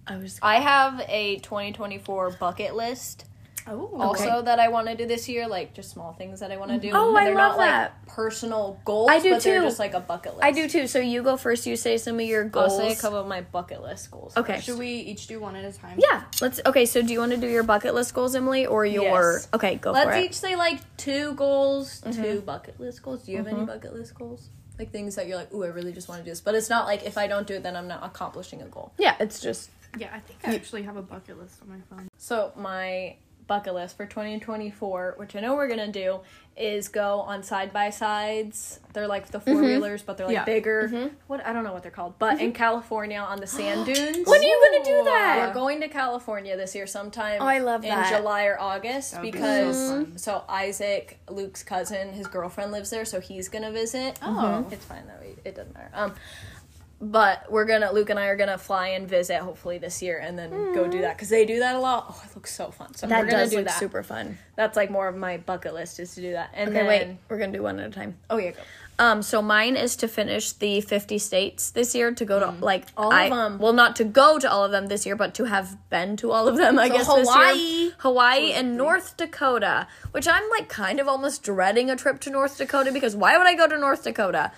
[SPEAKER 1] I was.
[SPEAKER 2] I have a 2024 bucket list
[SPEAKER 3] Oh,
[SPEAKER 2] also that I want to do this year, like just small things that I want to do.
[SPEAKER 1] Oh,
[SPEAKER 2] But
[SPEAKER 1] I
[SPEAKER 2] they're
[SPEAKER 1] love
[SPEAKER 2] not,
[SPEAKER 1] that.
[SPEAKER 2] Like, personal goals,
[SPEAKER 1] I do
[SPEAKER 2] but they're
[SPEAKER 1] too.
[SPEAKER 2] just like a bucket list.
[SPEAKER 1] I do too. So you go first. You say some of your
[SPEAKER 2] I'll
[SPEAKER 1] goals.
[SPEAKER 2] say a couple of my bucket list goals.
[SPEAKER 1] Okay.
[SPEAKER 3] Should we each do one at a time?
[SPEAKER 1] Yeah. Let's. Okay. So do you want to do your bucket list goals, Emily, or your?
[SPEAKER 2] Yes.
[SPEAKER 1] Okay. Go
[SPEAKER 2] Let's
[SPEAKER 1] for it.
[SPEAKER 2] each say like two goals, two bucket list goals. Do you have any bucket list goals? Like things that you're like, ooh, I really just want to do this, but it's not like if I don't do it, then I'm not accomplishing a goal.
[SPEAKER 1] Yeah. It's just.
[SPEAKER 3] Yeah, I think I actually have a bucket list on my phone.
[SPEAKER 2] So my bucket list for 2024, which I know we're gonna do, is go on side by sides. They're like the
[SPEAKER 1] Mm-hmm.
[SPEAKER 2] 4 wheelers, but they're like
[SPEAKER 3] Yeah.
[SPEAKER 2] bigger. What I don't know what they're called, but in California on the sand dunes.
[SPEAKER 1] When are you gonna do
[SPEAKER 3] Ooh.
[SPEAKER 1] that?
[SPEAKER 2] We're going to California this year sometime.
[SPEAKER 1] Oh, I love that.
[SPEAKER 2] In July or August
[SPEAKER 3] That would be so
[SPEAKER 2] because
[SPEAKER 3] fun.
[SPEAKER 2] so Isaac, Luke's cousin, his girlfriend lives there, so he's gonna visit.
[SPEAKER 1] Mm-hmm.
[SPEAKER 2] Oh, it's fine that way. It doesn't matter. Um, but we're gonna Luke and I are gonna fly and visit hopefully this year and then go do that because they do that a lot. Oh, it looks so fun. So
[SPEAKER 1] That
[SPEAKER 2] we're gonna
[SPEAKER 1] does
[SPEAKER 2] do
[SPEAKER 1] look
[SPEAKER 2] that.
[SPEAKER 1] super fun.
[SPEAKER 2] That's like more of my bucket list is to do that. And
[SPEAKER 1] Okay,
[SPEAKER 2] then
[SPEAKER 1] wait. We're gonna do one at a time.
[SPEAKER 2] oh yeah, go.
[SPEAKER 1] Um, so mine is to finish the fifty states this year to go to like all
[SPEAKER 2] Mm. of
[SPEAKER 1] I,
[SPEAKER 2] them.
[SPEAKER 1] Well, not to go to all of them this year, but to have been to all of them. I
[SPEAKER 2] So
[SPEAKER 1] guess this
[SPEAKER 2] Hawaii.
[SPEAKER 1] year. Hawaii and North Dakota, which I'm like kind of almost dreading a trip to North Dakota because why would I go to North Dakota?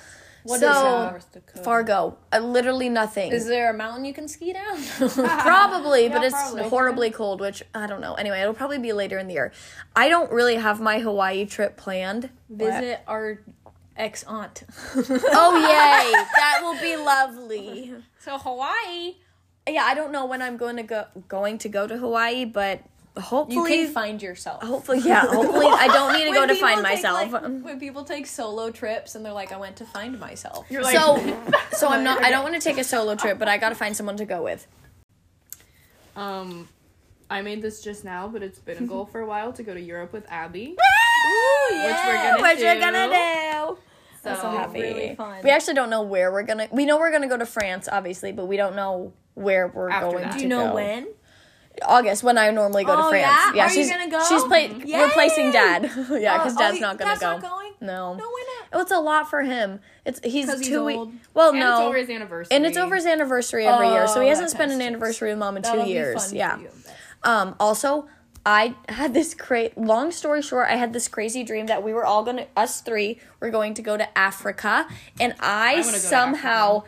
[SPEAKER 2] What is
[SPEAKER 1] so
[SPEAKER 2] in North Dakota?
[SPEAKER 1] Fargo, uh, literally nothing.
[SPEAKER 2] Is there a mountain you can ski down?
[SPEAKER 1] probably, but
[SPEAKER 3] Yeah,
[SPEAKER 1] it's
[SPEAKER 3] probably.
[SPEAKER 1] horribly cold, which I don't know. Anyway, it'll probably be later in the year. I don't really have my Hawaii trip planned.
[SPEAKER 2] Visit our ex aunt.
[SPEAKER 1] Oh yay! that will be lovely.
[SPEAKER 2] so Hawaii.
[SPEAKER 1] Yeah, I don't know when I'm going to go going to go to Hawaii, but hopefully,
[SPEAKER 2] You can find yourself.
[SPEAKER 1] hopefully, yeah, hopefully, I don't need to go
[SPEAKER 2] When
[SPEAKER 1] to
[SPEAKER 2] people
[SPEAKER 1] find
[SPEAKER 2] take,
[SPEAKER 1] myself.
[SPEAKER 2] like- when people take solo trips and they're like, I went to find myself.
[SPEAKER 3] You're
[SPEAKER 1] so, so I'm not. I don't want to take a solo trip, but I gotta find someone to go with.
[SPEAKER 3] um, I made this just now, but it's been a goal for a while to go to Europe with Abby. yeah.
[SPEAKER 1] Which
[SPEAKER 3] gonna
[SPEAKER 1] we're
[SPEAKER 3] do.
[SPEAKER 1] gonna do.
[SPEAKER 3] So,
[SPEAKER 1] So happy.
[SPEAKER 2] really fun.
[SPEAKER 1] We actually don't know where we're gonna. We know we're gonna go to France, obviously, but we don't know where we're
[SPEAKER 3] After
[SPEAKER 1] going.
[SPEAKER 3] that.
[SPEAKER 1] To
[SPEAKER 3] Do
[SPEAKER 2] you know
[SPEAKER 1] go.
[SPEAKER 2] when?
[SPEAKER 1] August when I normally go to
[SPEAKER 2] Oh,
[SPEAKER 1] France.
[SPEAKER 2] yeah? Are you
[SPEAKER 1] she's
[SPEAKER 2] gonna go?
[SPEAKER 1] she's play,
[SPEAKER 2] Yay!
[SPEAKER 1] replacing Dad. yeah, because
[SPEAKER 2] Oh, oh,
[SPEAKER 1] Dad's
[SPEAKER 2] you-
[SPEAKER 1] not gonna
[SPEAKER 2] Dad's
[SPEAKER 1] go.
[SPEAKER 2] not going?
[SPEAKER 1] No.
[SPEAKER 2] No, why not?
[SPEAKER 1] Well, it's a lot for him. It's he's
[SPEAKER 2] 'Cause he's
[SPEAKER 1] two weeks.
[SPEAKER 2] old.
[SPEAKER 1] Well,
[SPEAKER 3] and
[SPEAKER 1] no,
[SPEAKER 3] it's over his anniversary.
[SPEAKER 1] and it's over his anniversary every year, so he
[SPEAKER 2] Oh,
[SPEAKER 1] hasn't
[SPEAKER 2] that
[SPEAKER 1] spent an
[SPEAKER 2] kinda stinks.
[SPEAKER 1] anniversary with mom in
[SPEAKER 2] That'll
[SPEAKER 1] two
[SPEAKER 2] be
[SPEAKER 1] years.
[SPEAKER 2] fun for
[SPEAKER 1] yeah.
[SPEAKER 2] you.
[SPEAKER 1] Um. Also, I had this cra Long story short, I had this crazy dream that we were all gonna, us three, were going to go to Africa, and I,
[SPEAKER 3] wanna go to
[SPEAKER 1] somehow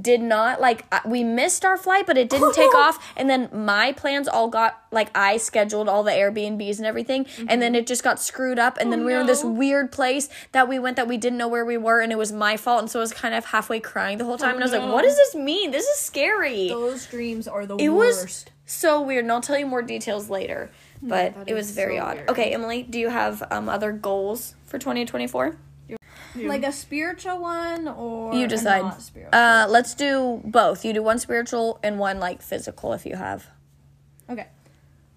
[SPEAKER 1] did not like I- we missed our flight but it didn't take off and then my plans all got like i scheduled all the airbnbs and everything and then it just got screwed up and then we were in this
[SPEAKER 3] Mm-hmm. Oh, no.
[SPEAKER 1] weird place that we went that we didn't know where we were and it was my fault and so i was kind of halfway crying the whole time and i was like
[SPEAKER 3] Oh, no.
[SPEAKER 1] what does this mean this is scary
[SPEAKER 2] Those dreams are the
[SPEAKER 1] it was
[SPEAKER 2] worst.
[SPEAKER 1] so weird and i'll tell you more details later but
[SPEAKER 3] that
[SPEAKER 1] it was
[SPEAKER 3] is
[SPEAKER 1] very
[SPEAKER 3] so
[SPEAKER 1] odd
[SPEAKER 3] weird.
[SPEAKER 1] okay emily do you have um, other goals for 2024
[SPEAKER 2] like a spiritual one or
[SPEAKER 1] you
[SPEAKER 2] a
[SPEAKER 1] decide
[SPEAKER 2] not spiritual?
[SPEAKER 1] uh, let's do both you do one spiritual and one like physical if you have
[SPEAKER 2] okay.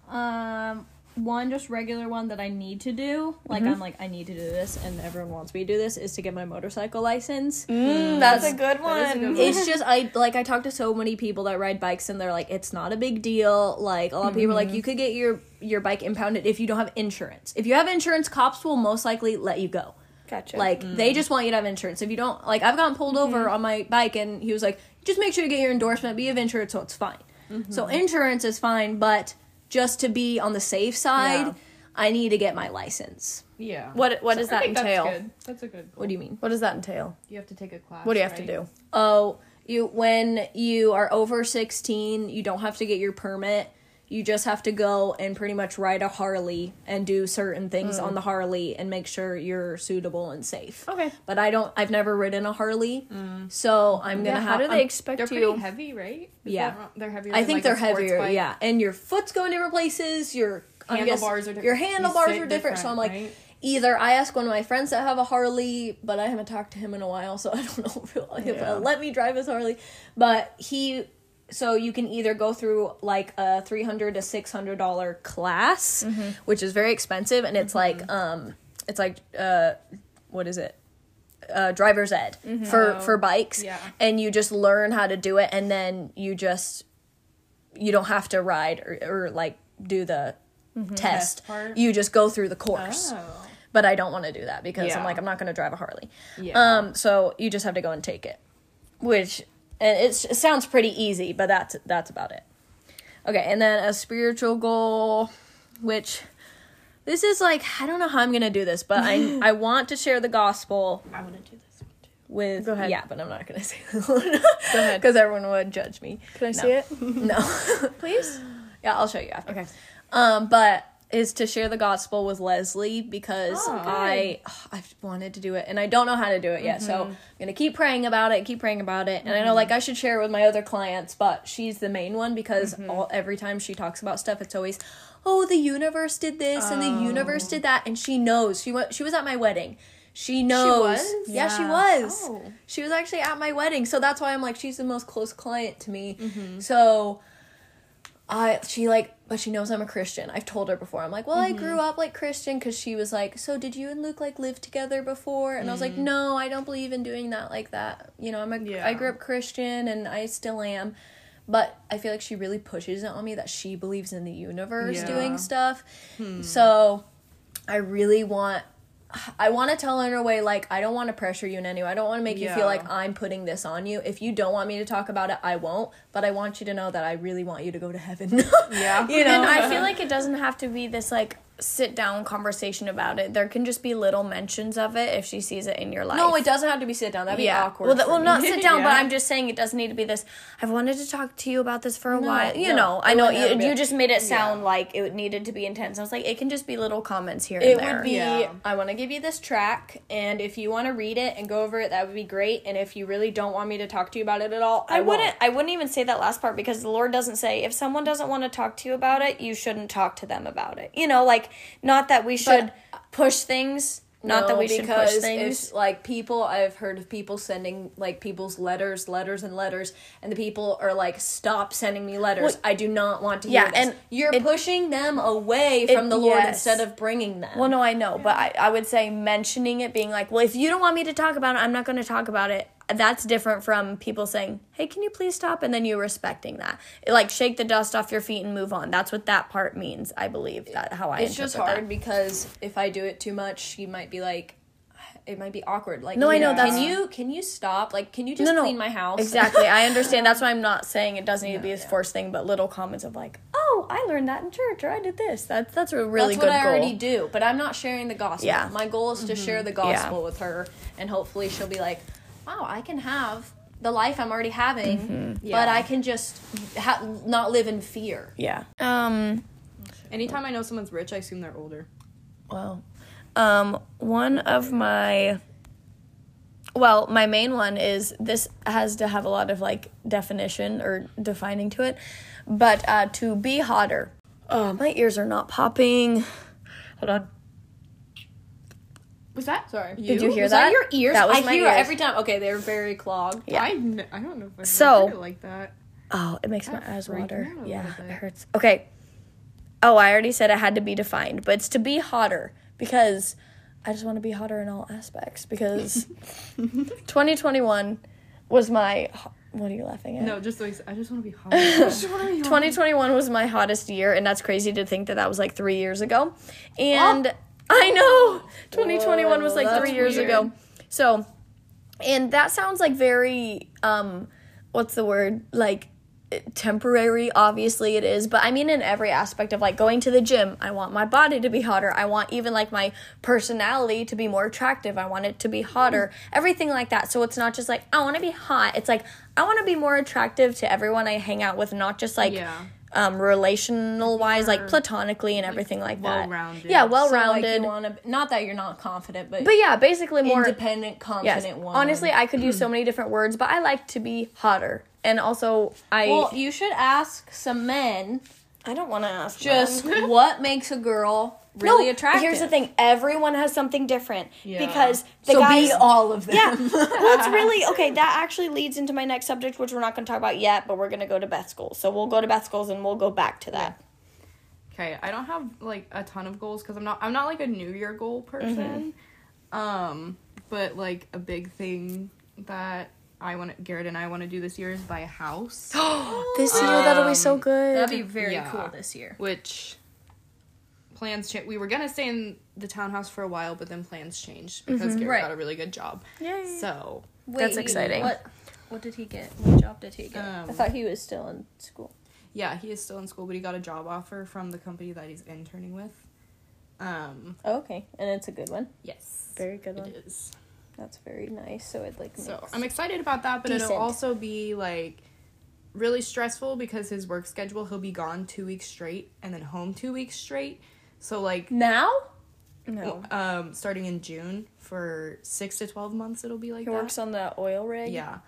[SPEAKER 2] Um one just regular one that I need to do, like
[SPEAKER 1] Mm-hmm.
[SPEAKER 2] I'm like I need to do this, and everyone wants me to do this, is to get my motorcycle license.
[SPEAKER 1] Mm-hmm. Hmm, Mm, that's a good one.
[SPEAKER 3] is a good one.
[SPEAKER 2] it's just I like I talk to so many people that ride bikes and they're like it's not a big deal. Like a lot of people are
[SPEAKER 1] Mm-hmm.
[SPEAKER 2] like you could get your your bike impounded if you don't have insurance. If you have insurance, cops will most likely let you go.
[SPEAKER 1] Gotcha.
[SPEAKER 2] Like they just want you to have insurance. If you don't, like I've gotten pulled over on my bike and he was like just make sure you get your endorsement, be of insurance so it's fine. So insurance is fine, but just to be on the safe side,
[SPEAKER 3] Yeah.
[SPEAKER 2] I need to get my license.
[SPEAKER 3] Yeah.
[SPEAKER 1] what what does
[SPEAKER 3] I
[SPEAKER 1] that
[SPEAKER 3] think
[SPEAKER 1] entail?
[SPEAKER 3] That's, good. that's a good. Goal.
[SPEAKER 2] What do you mean?
[SPEAKER 1] What does that entail?
[SPEAKER 3] You have to take a class.
[SPEAKER 1] What do you have to
[SPEAKER 3] right?
[SPEAKER 1] do?
[SPEAKER 2] oh you when you are over 16 you don't have to get your permit you just have to go and pretty much ride a Harley and do certain things on the Harley and make sure you're suitable and safe.
[SPEAKER 1] Okay.
[SPEAKER 2] But I don't. I've never ridden a Harley, so I'm gonna.
[SPEAKER 1] Yeah, how
[SPEAKER 2] have-
[SPEAKER 1] do
[SPEAKER 2] I'm-
[SPEAKER 1] they expect
[SPEAKER 3] They're pretty
[SPEAKER 1] you?
[SPEAKER 3] heavy, right? Is
[SPEAKER 2] Yeah.
[SPEAKER 3] that wrong? they're heavier.
[SPEAKER 2] I
[SPEAKER 3] than,
[SPEAKER 2] think
[SPEAKER 3] like, a
[SPEAKER 2] they're
[SPEAKER 3] sports
[SPEAKER 2] heavier,
[SPEAKER 3] bike.
[SPEAKER 2] yeah. And your foot's going different places. Your I'm guess-
[SPEAKER 3] Handlebars are different.
[SPEAKER 2] Oh, Your
[SPEAKER 3] You
[SPEAKER 2] handlebars
[SPEAKER 3] sit
[SPEAKER 2] are different. So I'm like,
[SPEAKER 3] different, right?
[SPEAKER 2] either I ask one of my friends that have a Harley, but I haven't talked to him in a while, so I don't know if he'll, if
[SPEAKER 1] Yeah.
[SPEAKER 2] he'll let me drive his Harley. But he, so you can either go through like a three hundred to six hundred dollar class,
[SPEAKER 3] Mm-hmm.
[SPEAKER 2] which is very expensive, and it's like um, it's like uh, what is it? uh, driver's ed for
[SPEAKER 3] Oh.
[SPEAKER 2] for bikes
[SPEAKER 3] Yeah.
[SPEAKER 2] and you just learn how to do it and then you just you don't have to ride or, or like do the test,
[SPEAKER 3] Test Mm-hmm. part.
[SPEAKER 2] you just go through the course
[SPEAKER 3] Oh.
[SPEAKER 2] but i don't want to do that because i'm
[SPEAKER 3] Yeah.
[SPEAKER 2] like i'm not going to drive a harley
[SPEAKER 3] Yeah.
[SPEAKER 2] um so you just have to go and take it which and it's, it sounds pretty easy but that's that's about it okay and then a spiritual goal which this is like i don't know how i'm going to do this but i i want to share the gospel
[SPEAKER 3] I want to do this one too.
[SPEAKER 2] with
[SPEAKER 1] Go ahead.
[SPEAKER 2] yeah, but I'm not gonna say
[SPEAKER 1] ahead.
[SPEAKER 2] because everyone would judge me.
[SPEAKER 1] Can I
[SPEAKER 2] No.
[SPEAKER 1] see it?
[SPEAKER 2] No,
[SPEAKER 1] Please?
[SPEAKER 2] yeah, I'll show you after.
[SPEAKER 1] Okay.
[SPEAKER 2] Um, but is to share the gospel with Leslie because
[SPEAKER 3] Oh, good.
[SPEAKER 2] I I've wanted to do it and I don't know how to do it yet. So
[SPEAKER 1] Mm-hmm.
[SPEAKER 2] I'm gonna keep praying about it, keep praying about it. And I know like I should share it with my other clients, but she's the main one because
[SPEAKER 1] Mm-hmm.
[SPEAKER 2] all every time she talks about stuff, it's always, oh, the universe did this and the universe
[SPEAKER 1] Oh.
[SPEAKER 2] did that, and she knows. She went. She was at my wedding. She knows.
[SPEAKER 3] was?
[SPEAKER 2] Yeah, she
[SPEAKER 1] Yeah.
[SPEAKER 2] was.
[SPEAKER 3] Oh.
[SPEAKER 2] She was actually at my wedding, so that's why I'm like she's the most close client to me.
[SPEAKER 3] Mm-hmm.
[SPEAKER 2] So I she like but she knows I'm a Christian. I've told her before. I'm like, "Well,
[SPEAKER 3] Mm-hmm.
[SPEAKER 2] I grew up like Christian cuz she was like, "So did you and Luke like live together before?" And I was like, "No, I don't believe in doing that like that. You know, I'm a
[SPEAKER 3] Mm-hmm. Yeah.
[SPEAKER 2] I grew up Christian and I still am." But I feel like she really pushes it on me that she believes in the universe
[SPEAKER 3] Yeah. Hmm.
[SPEAKER 2] doing stuff. So I really want I want to tell her in a way like I don't want to pressure you in any way. I don't want to make you
[SPEAKER 3] Yeah.
[SPEAKER 2] feel like I'm putting this on you. If you don't want me to talk about it, I won't. But I want you to know that I really want you to go to heaven.
[SPEAKER 3] Yeah.
[SPEAKER 2] you know.
[SPEAKER 1] And I feel like it doesn't have to be this like sit down conversation about it. There can just be little mentions of it if she sees it in your life.
[SPEAKER 2] no, it doesn't have to be sit down. That'd be
[SPEAKER 1] yeah.
[SPEAKER 2] awkward.
[SPEAKER 1] Well, th-
[SPEAKER 2] for
[SPEAKER 1] well,
[SPEAKER 2] me.
[SPEAKER 1] not sit down, but
[SPEAKER 3] Yeah.
[SPEAKER 1] I'm just saying it doesn't need to be this. I've wanted to talk to you about this for a
[SPEAKER 2] No,
[SPEAKER 1] while. You
[SPEAKER 2] no,
[SPEAKER 1] know, I
[SPEAKER 2] it
[SPEAKER 1] know
[SPEAKER 2] would never
[SPEAKER 1] you,
[SPEAKER 2] be-
[SPEAKER 1] you just made it sound like it needed to be intense. I was like, it can just be little comments here
[SPEAKER 2] It
[SPEAKER 1] and there.
[SPEAKER 2] would be.
[SPEAKER 3] Yeah.
[SPEAKER 2] I want to give you this track, and if you want to read it and go over it, that would be great. And if you really don't want me to talk to you about it at all, I,
[SPEAKER 1] I wouldn't.
[SPEAKER 2] Won't.
[SPEAKER 1] I wouldn't even say that last part because the Lord doesn't say if someone doesn't want to talk to you about it, you shouldn't talk to them about it. You know, like not that we should push things. Not that
[SPEAKER 2] No,
[SPEAKER 1] we should push
[SPEAKER 2] because if,
[SPEAKER 1] things.
[SPEAKER 2] like people, I've heard of people sending like people's letters, letters and letters, and the people are like, "Stop sending me letters.
[SPEAKER 1] Well,
[SPEAKER 2] I do not want to hear
[SPEAKER 1] yeah,
[SPEAKER 2] this."
[SPEAKER 1] and
[SPEAKER 2] you're
[SPEAKER 1] it-
[SPEAKER 2] pushing them away from the Lord
[SPEAKER 1] yes.
[SPEAKER 2] instead of bringing them.
[SPEAKER 1] Well, no, I know, but I, I would say mentioning it being like, well, if you don't want me to talk about it, I'm not going to talk about it. That's different from people saying, hey, can you please stop? And then you respecting that. Like, shake the dust off your feet and move on. That's what that part means, I believe. That how I
[SPEAKER 2] it's
[SPEAKER 1] interpret
[SPEAKER 2] just
[SPEAKER 1] that.
[SPEAKER 2] hard because if I do it too much, she might be like, "It might be awkward." Like,
[SPEAKER 1] No, I know,
[SPEAKER 2] you-
[SPEAKER 1] that's-
[SPEAKER 2] Can you can you stop? Like, can you just clean my house?
[SPEAKER 1] Exactly. I understand. That's why I'm not saying it doesn't need to be a forced thing, but little comments of like, oh, I learned that in church or I did this. That's that's a really
[SPEAKER 2] That's
[SPEAKER 1] good
[SPEAKER 2] what I
[SPEAKER 1] goal.
[SPEAKER 2] already do, but I'm not sharing the gospel.
[SPEAKER 1] Yeah.
[SPEAKER 2] My goal is to share the gospel with her, and hopefully she'll be like, "Wow, I can have the life I'm already having,
[SPEAKER 1] Mm-hmm.
[SPEAKER 2] but
[SPEAKER 3] Yeah.
[SPEAKER 2] I can just ha- not live in fear."
[SPEAKER 1] Yeah. Um.
[SPEAKER 3] Anytime I know someone's rich, I assume they're older.
[SPEAKER 1] Well, um, one of my, well, my main one is this has to have a lot of like definition or defining to it, but uh, to be hotter. Oh, my ears are not popping. Hold on.
[SPEAKER 3] Was that sorry?
[SPEAKER 1] Did you hear
[SPEAKER 2] Was
[SPEAKER 1] that?
[SPEAKER 2] that your ears?
[SPEAKER 1] That was
[SPEAKER 2] I
[SPEAKER 1] my
[SPEAKER 2] hear it
[SPEAKER 1] ears.
[SPEAKER 2] every time. Okay, they're very clogged.
[SPEAKER 1] Yeah.
[SPEAKER 3] I, kn- I don't know if I
[SPEAKER 1] So-
[SPEAKER 3] heard it like that.
[SPEAKER 1] Oh, it makes my
[SPEAKER 3] That
[SPEAKER 1] eyes
[SPEAKER 3] freaked
[SPEAKER 1] water.
[SPEAKER 3] me out a little
[SPEAKER 1] Yeah, it
[SPEAKER 3] bit.
[SPEAKER 1] hurts. Okay. Oh, I already said it had to be defined, but it's to be hotter because I just want to be hotter in all aspects because 2021 was my. ho- What are you laughing at?
[SPEAKER 3] No, just like I just want to be hot. I just want to be hot.
[SPEAKER 1] 2021 was my hottest year, and that's crazy to think that that was like three years ago. And I know 2021 was like
[SPEAKER 2] Oh. Whoa,
[SPEAKER 1] three
[SPEAKER 2] that's
[SPEAKER 1] years
[SPEAKER 3] weird.
[SPEAKER 1] ago. So, and that sounds like very, um, what's the word? Like temporary, obviously it is, but I mean in every aspect of like going to the gym, I want my body to be hotter. I want even like my personality to be more attractive. I want it to be hotter, everything like that. So it's not just like, I want to be hot. It's like, I want to be more attractive to everyone I hang out with, not just like,
[SPEAKER 3] Yeah.
[SPEAKER 1] um, relational wise, like platonically and everything like, that.
[SPEAKER 3] well-rounded.
[SPEAKER 1] Yeah, well
[SPEAKER 2] So, like, you
[SPEAKER 1] rounded.
[SPEAKER 2] wanna- not that you're not confident, but,
[SPEAKER 1] but yeah, basically more
[SPEAKER 2] independent, confident
[SPEAKER 1] Yes.
[SPEAKER 2] woman.
[SPEAKER 1] Honestly, I could use so many different words, but I like to be hotter. And also, I
[SPEAKER 2] well, you should ask some men
[SPEAKER 1] I don't want to ask
[SPEAKER 2] just what makes a girl really
[SPEAKER 1] no,
[SPEAKER 2] attractive.
[SPEAKER 1] Here's the thing: everyone has something different
[SPEAKER 3] Yeah.
[SPEAKER 1] because the
[SPEAKER 2] So
[SPEAKER 1] guys.
[SPEAKER 2] be all of them.
[SPEAKER 1] yeah, well, it's really okay. That actually leads into my next subject, which we're not going to talk about yet, but we're going to go to Beth schools. So we'll go to Beth schools and we'll go back to that.
[SPEAKER 3] Okay, I don't have like a ton of goals because I'm not I'm not like a New Year goal
[SPEAKER 2] Mm-hmm.
[SPEAKER 3] person. Um, but like a big thing that I want Garrett and I want to do this year is buy a house,
[SPEAKER 1] This year, that'll be so
[SPEAKER 3] Um,
[SPEAKER 1] good.
[SPEAKER 2] That'd be very
[SPEAKER 3] Yeah.
[SPEAKER 2] cool this year.
[SPEAKER 3] which plans change. We were gonna stay in the townhouse for a while, but then plans changed because Garrett
[SPEAKER 2] Mm-hmm. Right.
[SPEAKER 3] got a really good job.
[SPEAKER 1] Yay.
[SPEAKER 3] So
[SPEAKER 1] That's exciting.
[SPEAKER 2] What, what did he get? What job did he get?
[SPEAKER 3] Um,
[SPEAKER 2] I thought he was still in school.
[SPEAKER 3] yeah, he is still in school, but he got a job offer from the company that he's interning with. Um,
[SPEAKER 2] Oh, okay, and it's a good one.
[SPEAKER 3] yes,
[SPEAKER 2] Very good one.
[SPEAKER 3] it is.
[SPEAKER 2] That's very nice. So it like makes.
[SPEAKER 3] So I'm excited about that, but it'll
[SPEAKER 2] Decent.
[SPEAKER 3] also be like really stressful because his work schedule, he'll be gone two weeks straight and then home two weeks straight. So like
[SPEAKER 2] now
[SPEAKER 1] no,
[SPEAKER 3] um starting in June for six to twelve months it'll be like
[SPEAKER 1] he
[SPEAKER 3] that.
[SPEAKER 1] works on the oil rig.
[SPEAKER 3] yeah.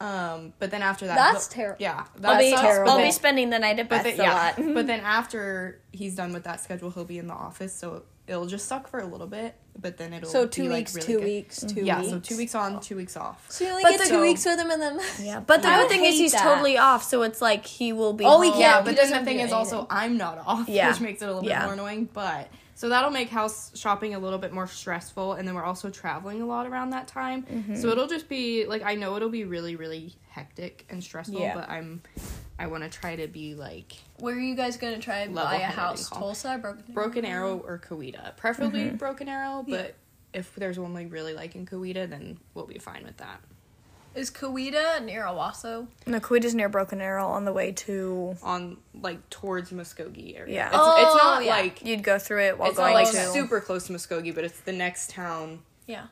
[SPEAKER 3] Um but then after that
[SPEAKER 2] That's
[SPEAKER 3] he'll-
[SPEAKER 2] terri-
[SPEAKER 3] Yeah.
[SPEAKER 1] I'll
[SPEAKER 3] That
[SPEAKER 1] be,
[SPEAKER 3] sucks,
[SPEAKER 1] terrible.
[SPEAKER 3] But
[SPEAKER 1] I'll
[SPEAKER 3] then,
[SPEAKER 1] be spending the night at
[SPEAKER 3] but
[SPEAKER 1] Beth's
[SPEAKER 3] then,
[SPEAKER 1] a
[SPEAKER 3] yeah.
[SPEAKER 1] lot.
[SPEAKER 3] but then after he's done with that schedule he'll be in the office so it'll just suck for a little bit. But then it'll
[SPEAKER 2] so
[SPEAKER 3] be,
[SPEAKER 2] two
[SPEAKER 3] like,
[SPEAKER 2] weeks,
[SPEAKER 3] really
[SPEAKER 2] two
[SPEAKER 3] good.
[SPEAKER 2] weeks, two
[SPEAKER 3] Yeah,
[SPEAKER 2] weeks.
[SPEAKER 3] so two weeks on, two weeks off.
[SPEAKER 2] So you only
[SPEAKER 1] But
[SPEAKER 2] get
[SPEAKER 1] the-
[SPEAKER 2] two
[SPEAKER 1] So-
[SPEAKER 2] weeks with him, and then
[SPEAKER 1] Yeah, but the
[SPEAKER 2] I
[SPEAKER 1] good
[SPEAKER 2] would
[SPEAKER 1] thing is
[SPEAKER 2] hate
[SPEAKER 1] he's
[SPEAKER 2] that.
[SPEAKER 1] totally off, so it's like he will be.
[SPEAKER 2] Oh, he
[SPEAKER 1] home.
[SPEAKER 2] can't- he
[SPEAKER 3] Yeah, but then the
[SPEAKER 2] doesn't
[SPEAKER 3] thing
[SPEAKER 2] do
[SPEAKER 3] is also I'm not off,
[SPEAKER 1] Yeah.
[SPEAKER 3] which makes it a little
[SPEAKER 1] Yeah.
[SPEAKER 3] bit more annoying. But so that'll make house shopping a little bit more stressful, and then we're also traveling a lot around that time. So it'll just be like I know it'll be really really hectic and stressful,
[SPEAKER 2] Yeah.
[SPEAKER 3] but I'm I want to try to be like
[SPEAKER 2] Where are you guys gonna try and buy a
[SPEAKER 3] Level-headed
[SPEAKER 2] house?
[SPEAKER 3] and calm.
[SPEAKER 2] Tulsa, or Broken.
[SPEAKER 3] Broken Arrow or Kawita, preferably Broken Arrow, but. If there's one we really like in Kawita, then we'll be fine with that.
[SPEAKER 2] Is Kawita near Owasso?
[SPEAKER 1] No, Quita's near Broken Arrow on the way to.
[SPEAKER 3] On like towards Muskogee area,
[SPEAKER 1] Yeah.
[SPEAKER 3] it's, it's
[SPEAKER 2] Oh,
[SPEAKER 3] not
[SPEAKER 2] yeah.
[SPEAKER 3] like
[SPEAKER 1] You'd go through it while
[SPEAKER 3] it's not
[SPEAKER 1] going
[SPEAKER 3] like
[SPEAKER 1] to.
[SPEAKER 3] super close to Muskogee, but it's the next town
[SPEAKER 2] Yeah.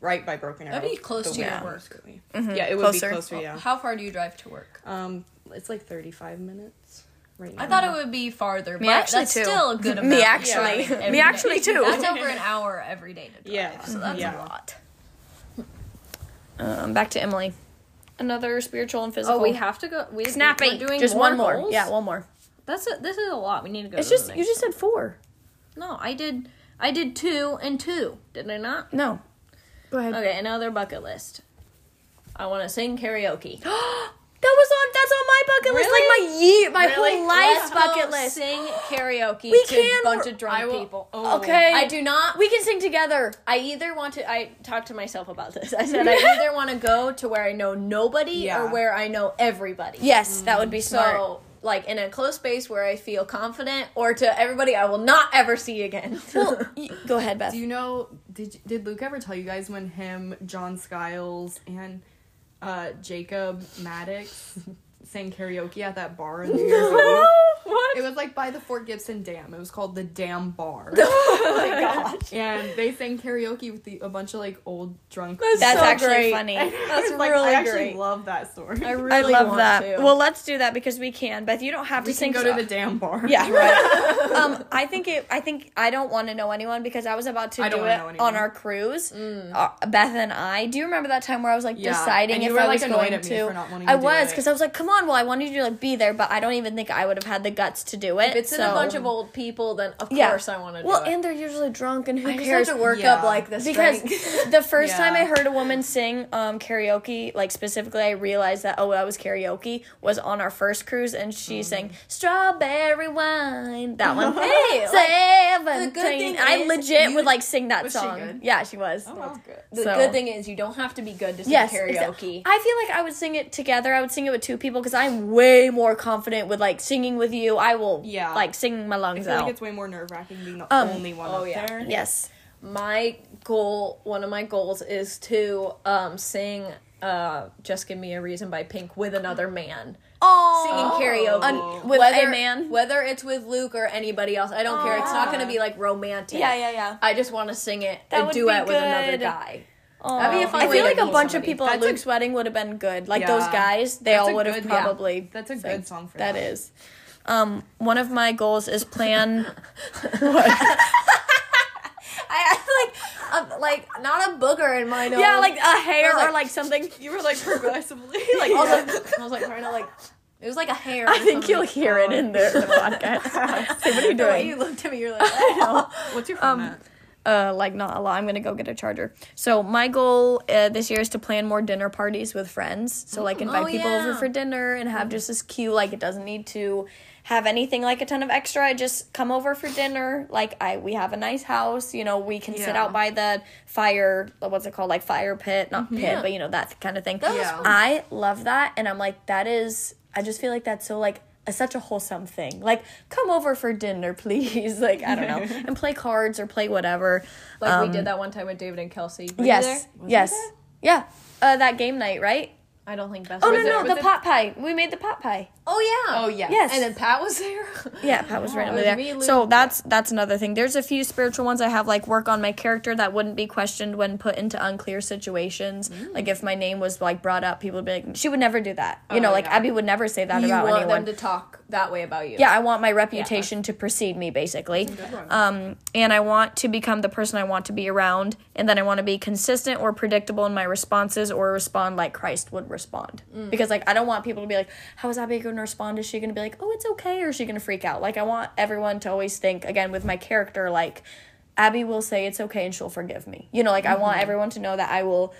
[SPEAKER 3] right by Broken Arrow.
[SPEAKER 2] That'd be close
[SPEAKER 3] the
[SPEAKER 2] to your
[SPEAKER 3] way from
[SPEAKER 2] work.
[SPEAKER 3] Scooby. Yeah, it would
[SPEAKER 1] Closer.
[SPEAKER 3] be Mm-hmm. closer. Yeah.
[SPEAKER 2] How far do you drive to work?
[SPEAKER 3] Um, it's like thirty-five minutes right now.
[SPEAKER 2] I thought it would be farther, but
[SPEAKER 1] Me actually
[SPEAKER 2] that's
[SPEAKER 1] too.
[SPEAKER 2] still a good amount.
[SPEAKER 1] Me
[SPEAKER 2] of
[SPEAKER 1] actually.
[SPEAKER 2] driving every
[SPEAKER 1] Me
[SPEAKER 2] day.
[SPEAKER 1] actually too.
[SPEAKER 2] That's over an hour every day to drive.
[SPEAKER 3] Yeah.
[SPEAKER 2] So that's
[SPEAKER 3] Yeah.
[SPEAKER 2] a lot.
[SPEAKER 1] Um, back to Emily. Another spiritual and physical.
[SPEAKER 2] Oh, we have to go. We,
[SPEAKER 1] snapping.
[SPEAKER 2] We're doing
[SPEAKER 1] just one more.
[SPEAKER 2] goals?
[SPEAKER 1] Yeah, one more.
[SPEAKER 2] That's a, this is a lot. We need to go.
[SPEAKER 1] It's
[SPEAKER 2] to the
[SPEAKER 1] just
[SPEAKER 2] next
[SPEAKER 1] you just said four.
[SPEAKER 2] one. No, I did. I did two and two. Did I not?
[SPEAKER 1] No. Go ahead.
[SPEAKER 2] Okay, another bucket list. I want to sing karaoke.
[SPEAKER 1] That was on. That's on my bucket list. Like my year, my whole life
[SPEAKER 2] Let's go
[SPEAKER 1] bucket list.
[SPEAKER 2] Sing karaoke
[SPEAKER 1] We
[SPEAKER 2] to
[SPEAKER 1] can-
[SPEAKER 2] a bunch of drunk
[SPEAKER 3] I will-
[SPEAKER 2] people.
[SPEAKER 3] oh.
[SPEAKER 1] Okay.
[SPEAKER 2] I do not.
[SPEAKER 1] We can sing together.
[SPEAKER 2] I either want to. I talked to myself about this. I said I either want to go to where I know nobody
[SPEAKER 3] Yeah.
[SPEAKER 2] or where I know everybody.
[SPEAKER 1] Yes, that would be
[SPEAKER 2] So,
[SPEAKER 1] smart.
[SPEAKER 2] like in a close space where I feel confident, or to everybody I will not ever see again.
[SPEAKER 1] Well, y- go ahead, Beth.
[SPEAKER 3] Do you know? Did did Luke ever tell you guys when him, John Skiles, and uh, Jacob Maddox sang karaoke at that bar in New Year's Eve?
[SPEAKER 2] what?
[SPEAKER 3] It was like by the Fort Gibson Dam. It was called the Dam Bar,
[SPEAKER 2] Oh my gosh.
[SPEAKER 3] and they sang karaoke with the, a bunch of like old drunk.
[SPEAKER 1] That's
[SPEAKER 2] so
[SPEAKER 1] actually
[SPEAKER 2] great.
[SPEAKER 1] funny.
[SPEAKER 3] That's like,
[SPEAKER 1] really
[SPEAKER 3] I actually
[SPEAKER 1] great.
[SPEAKER 3] love that story.
[SPEAKER 2] I really
[SPEAKER 1] I love
[SPEAKER 2] want
[SPEAKER 1] that.
[SPEAKER 2] to.
[SPEAKER 1] Well, let's do that because we can. Beth, you don't have
[SPEAKER 3] we
[SPEAKER 1] to
[SPEAKER 3] can
[SPEAKER 1] sing.
[SPEAKER 3] go
[SPEAKER 1] so-
[SPEAKER 3] to the Dam Bar.
[SPEAKER 1] Yeah, right. um, I think it. I think I don't want to know anyone because I was about to
[SPEAKER 3] I
[SPEAKER 1] do
[SPEAKER 3] don't
[SPEAKER 1] it
[SPEAKER 3] wanna know anyone.
[SPEAKER 1] on
[SPEAKER 3] Mm.
[SPEAKER 1] our cruise. Uh, Beth and I. Do you remember that time where I was like
[SPEAKER 3] Yeah,
[SPEAKER 1] deciding
[SPEAKER 3] and you
[SPEAKER 1] if
[SPEAKER 3] were,
[SPEAKER 1] I
[SPEAKER 3] like,
[SPEAKER 1] was
[SPEAKER 3] annoyed
[SPEAKER 1] going
[SPEAKER 3] at me
[SPEAKER 1] to?
[SPEAKER 3] for not wanting
[SPEAKER 1] I
[SPEAKER 3] to do
[SPEAKER 1] was
[SPEAKER 3] it.
[SPEAKER 1] because I was like, "Come on, well, I wanted you to like be there, but I don't even think I would have had the guts to do it."
[SPEAKER 2] If it's in
[SPEAKER 1] so-
[SPEAKER 2] a bunch of old people, then of
[SPEAKER 1] yeah.
[SPEAKER 2] course I want to do
[SPEAKER 1] Well,
[SPEAKER 2] it.
[SPEAKER 1] and they're usually drunk, and who
[SPEAKER 2] I just
[SPEAKER 1] cares?
[SPEAKER 2] have to work
[SPEAKER 3] Yeah.
[SPEAKER 2] up like this
[SPEAKER 1] because the first time I
[SPEAKER 3] Yeah.
[SPEAKER 1] heard a woman sing um, karaoke, like specifically, I realized that oh, that was karaoke was on our first cruise, and she sang "Strawberry Wine." That one,
[SPEAKER 2] Hey, like,
[SPEAKER 1] seventeen.
[SPEAKER 2] the good thing
[SPEAKER 1] I
[SPEAKER 2] is
[SPEAKER 1] legit
[SPEAKER 2] you-
[SPEAKER 1] would like sing that
[SPEAKER 3] Was she
[SPEAKER 1] song.
[SPEAKER 3] good?
[SPEAKER 1] Yeah, she was.
[SPEAKER 3] wow.
[SPEAKER 2] The
[SPEAKER 1] So-
[SPEAKER 2] good thing is you don't have to be good to sing
[SPEAKER 1] Yes, exa-
[SPEAKER 2] karaoke.
[SPEAKER 1] I feel like I would sing it together. I would sing it with two people because I'm way more confident with like singing with you. I will,
[SPEAKER 3] Yeah.
[SPEAKER 1] like sing my lungs
[SPEAKER 3] I feel
[SPEAKER 1] out.
[SPEAKER 3] like it's way more nerve wracking being the
[SPEAKER 1] Um,
[SPEAKER 3] only one
[SPEAKER 2] oh,
[SPEAKER 3] up
[SPEAKER 2] yeah.
[SPEAKER 3] there.
[SPEAKER 1] yes,
[SPEAKER 2] my goal, one of my goals, is to um, sing uh, "Just Give Me a Reason" by Pink with another man.
[SPEAKER 1] oh,
[SPEAKER 2] Singing karaoke
[SPEAKER 1] Un- with
[SPEAKER 2] whether,
[SPEAKER 1] a man?
[SPEAKER 2] whether it's with Luke or anybody else, I don't care. It's not going to be like romantic.
[SPEAKER 1] Yeah, yeah, yeah.
[SPEAKER 2] I just want to sing it
[SPEAKER 1] That
[SPEAKER 2] a
[SPEAKER 1] would be
[SPEAKER 2] duet with another
[SPEAKER 1] good.
[SPEAKER 2] guy.
[SPEAKER 1] That'd be a fun I
[SPEAKER 2] way
[SPEAKER 1] feel
[SPEAKER 2] to
[SPEAKER 1] like a
[SPEAKER 2] meet
[SPEAKER 1] bunch of
[SPEAKER 2] somebody.
[SPEAKER 1] people at
[SPEAKER 3] That's a-
[SPEAKER 1] Luke's wedding would have been good. Like
[SPEAKER 3] Yeah.
[SPEAKER 1] those guys, they
[SPEAKER 3] That's
[SPEAKER 1] all
[SPEAKER 3] a
[SPEAKER 1] would have
[SPEAKER 3] good- yeah.
[SPEAKER 1] probably.
[SPEAKER 3] That's a good
[SPEAKER 1] sang-
[SPEAKER 3] song for
[SPEAKER 1] That
[SPEAKER 3] that.
[SPEAKER 1] is. Um, one of my goals is plan.
[SPEAKER 2] I had like, a, like not a booger in my nose.
[SPEAKER 1] yeah, like a hair
[SPEAKER 2] Or, like-
[SPEAKER 1] or like something.
[SPEAKER 3] You were like progressively
[SPEAKER 2] like all the, I was like trying to like. It was like a hair.
[SPEAKER 1] I think you'll hear it in the podcast. Say, what are you
[SPEAKER 2] The way
[SPEAKER 1] doing?
[SPEAKER 2] you looked at me, you're like, oh.
[SPEAKER 3] What's your phone at?
[SPEAKER 1] uh, like not a lot. I'm gonna go get a charger. So my goal uh, this year is to plan more dinner parties with friends. So like invite
[SPEAKER 2] Oh,
[SPEAKER 1] people over
[SPEAKER 2] yeah.
[SPEAKER 1] for dinner and have just this cute like it doesn't need to have anything like a ton of extra. I just come over for dinner. Like I we have a nice house. You know we can sit
[SPEAKER 3] Yeah.
[SPEAKER 1] out by the fire. What's it called? Like fire pit, not pit,
[SPEAKER 2] Yeah.
[SPEAKER 1] but you know that kind of thing.
[SPEAKER 2] That was
[SPEAKER 3] Yeah. fun.
[SPEAKER 1] I love that, and I'm like that is. I just feel like that's so like. a- Such a wholesome thing. Like, come over for dinner, please. Like, I don't know. And play cards or play whatever.
[SPEAKER 2] Like we
[SPEAKER 1] Um,
[SPEAKER 2] did that one time with David and Kelsey. Were you
[SPEAKER 1] Yes.
[SPEAKER 2] there? Was
[SPEAKER 1] yes.
[SPEAKER 2] you there?
[SPEAKER 1] Yeah. Uh, that game night, right?
[SPEAKER 2] I don't think Beth.
[SPEAKER 1] Oh
[SPEAKER 2] was
[SPEAKER 1] no,
[SPEAKER 2] there.
[SPEAKER 1] no,
[SPEAKER 3] was
[SPEAKER 1] the
[SPEAKER 3] it-
[SPEAKER 1] pot pie. We made the pot pie.
[SPEAKER 2] Oh yeah.
[SPEAKER 3] Oh yeah.
[SPEAKER 1] Yes.
[SPEAKER 2] And then Pat was there.
[SPEAKER 1] Yeah, Pat was
[SPEAKER 2] Wow,
[SPEAKER 1] randomly
[SPEAKER 2] it
[SPEAKER 1] there.
[SPEAKER 2] was me,
[SPEAKER 1] so
[SPEAKER 2] Luke.
[SPEAKER 1] that's that's another thing. There's a few spiritual ones I have, like work on my character that wouldn't be questioned when put into unclear situations. Like if my name was like brought up, people would be like, she would never do that. You
[SPEAKER 3] Oh,
[SPEAKER 1] know, like
[SPEAKER 3] yeah.
[SPEAKER 1] Abby would never say that
[SPEAKER 2] you
[SPEAKER 1] about
[SPEAKER 2] want
[SPEAKER 1] anyone.
[SPEAKER 2] them to talk that way about you.
[SPEAKER 1] yeah, I want my reputation to precede me, basically. Um, and I want to become the person I want to be around, and then I want to be consistent or predictable in my responses or respond like Christ would respond. Because, like, I don't want people to be like, how is Abby going to respond? Is she going to be like, oh, it's okay? Or is she going to freak out? Like, I want everyone to always think, again, with my character, like, Abby will say it's okay and she'll forgive me. You know, like, I want everyone to know that I will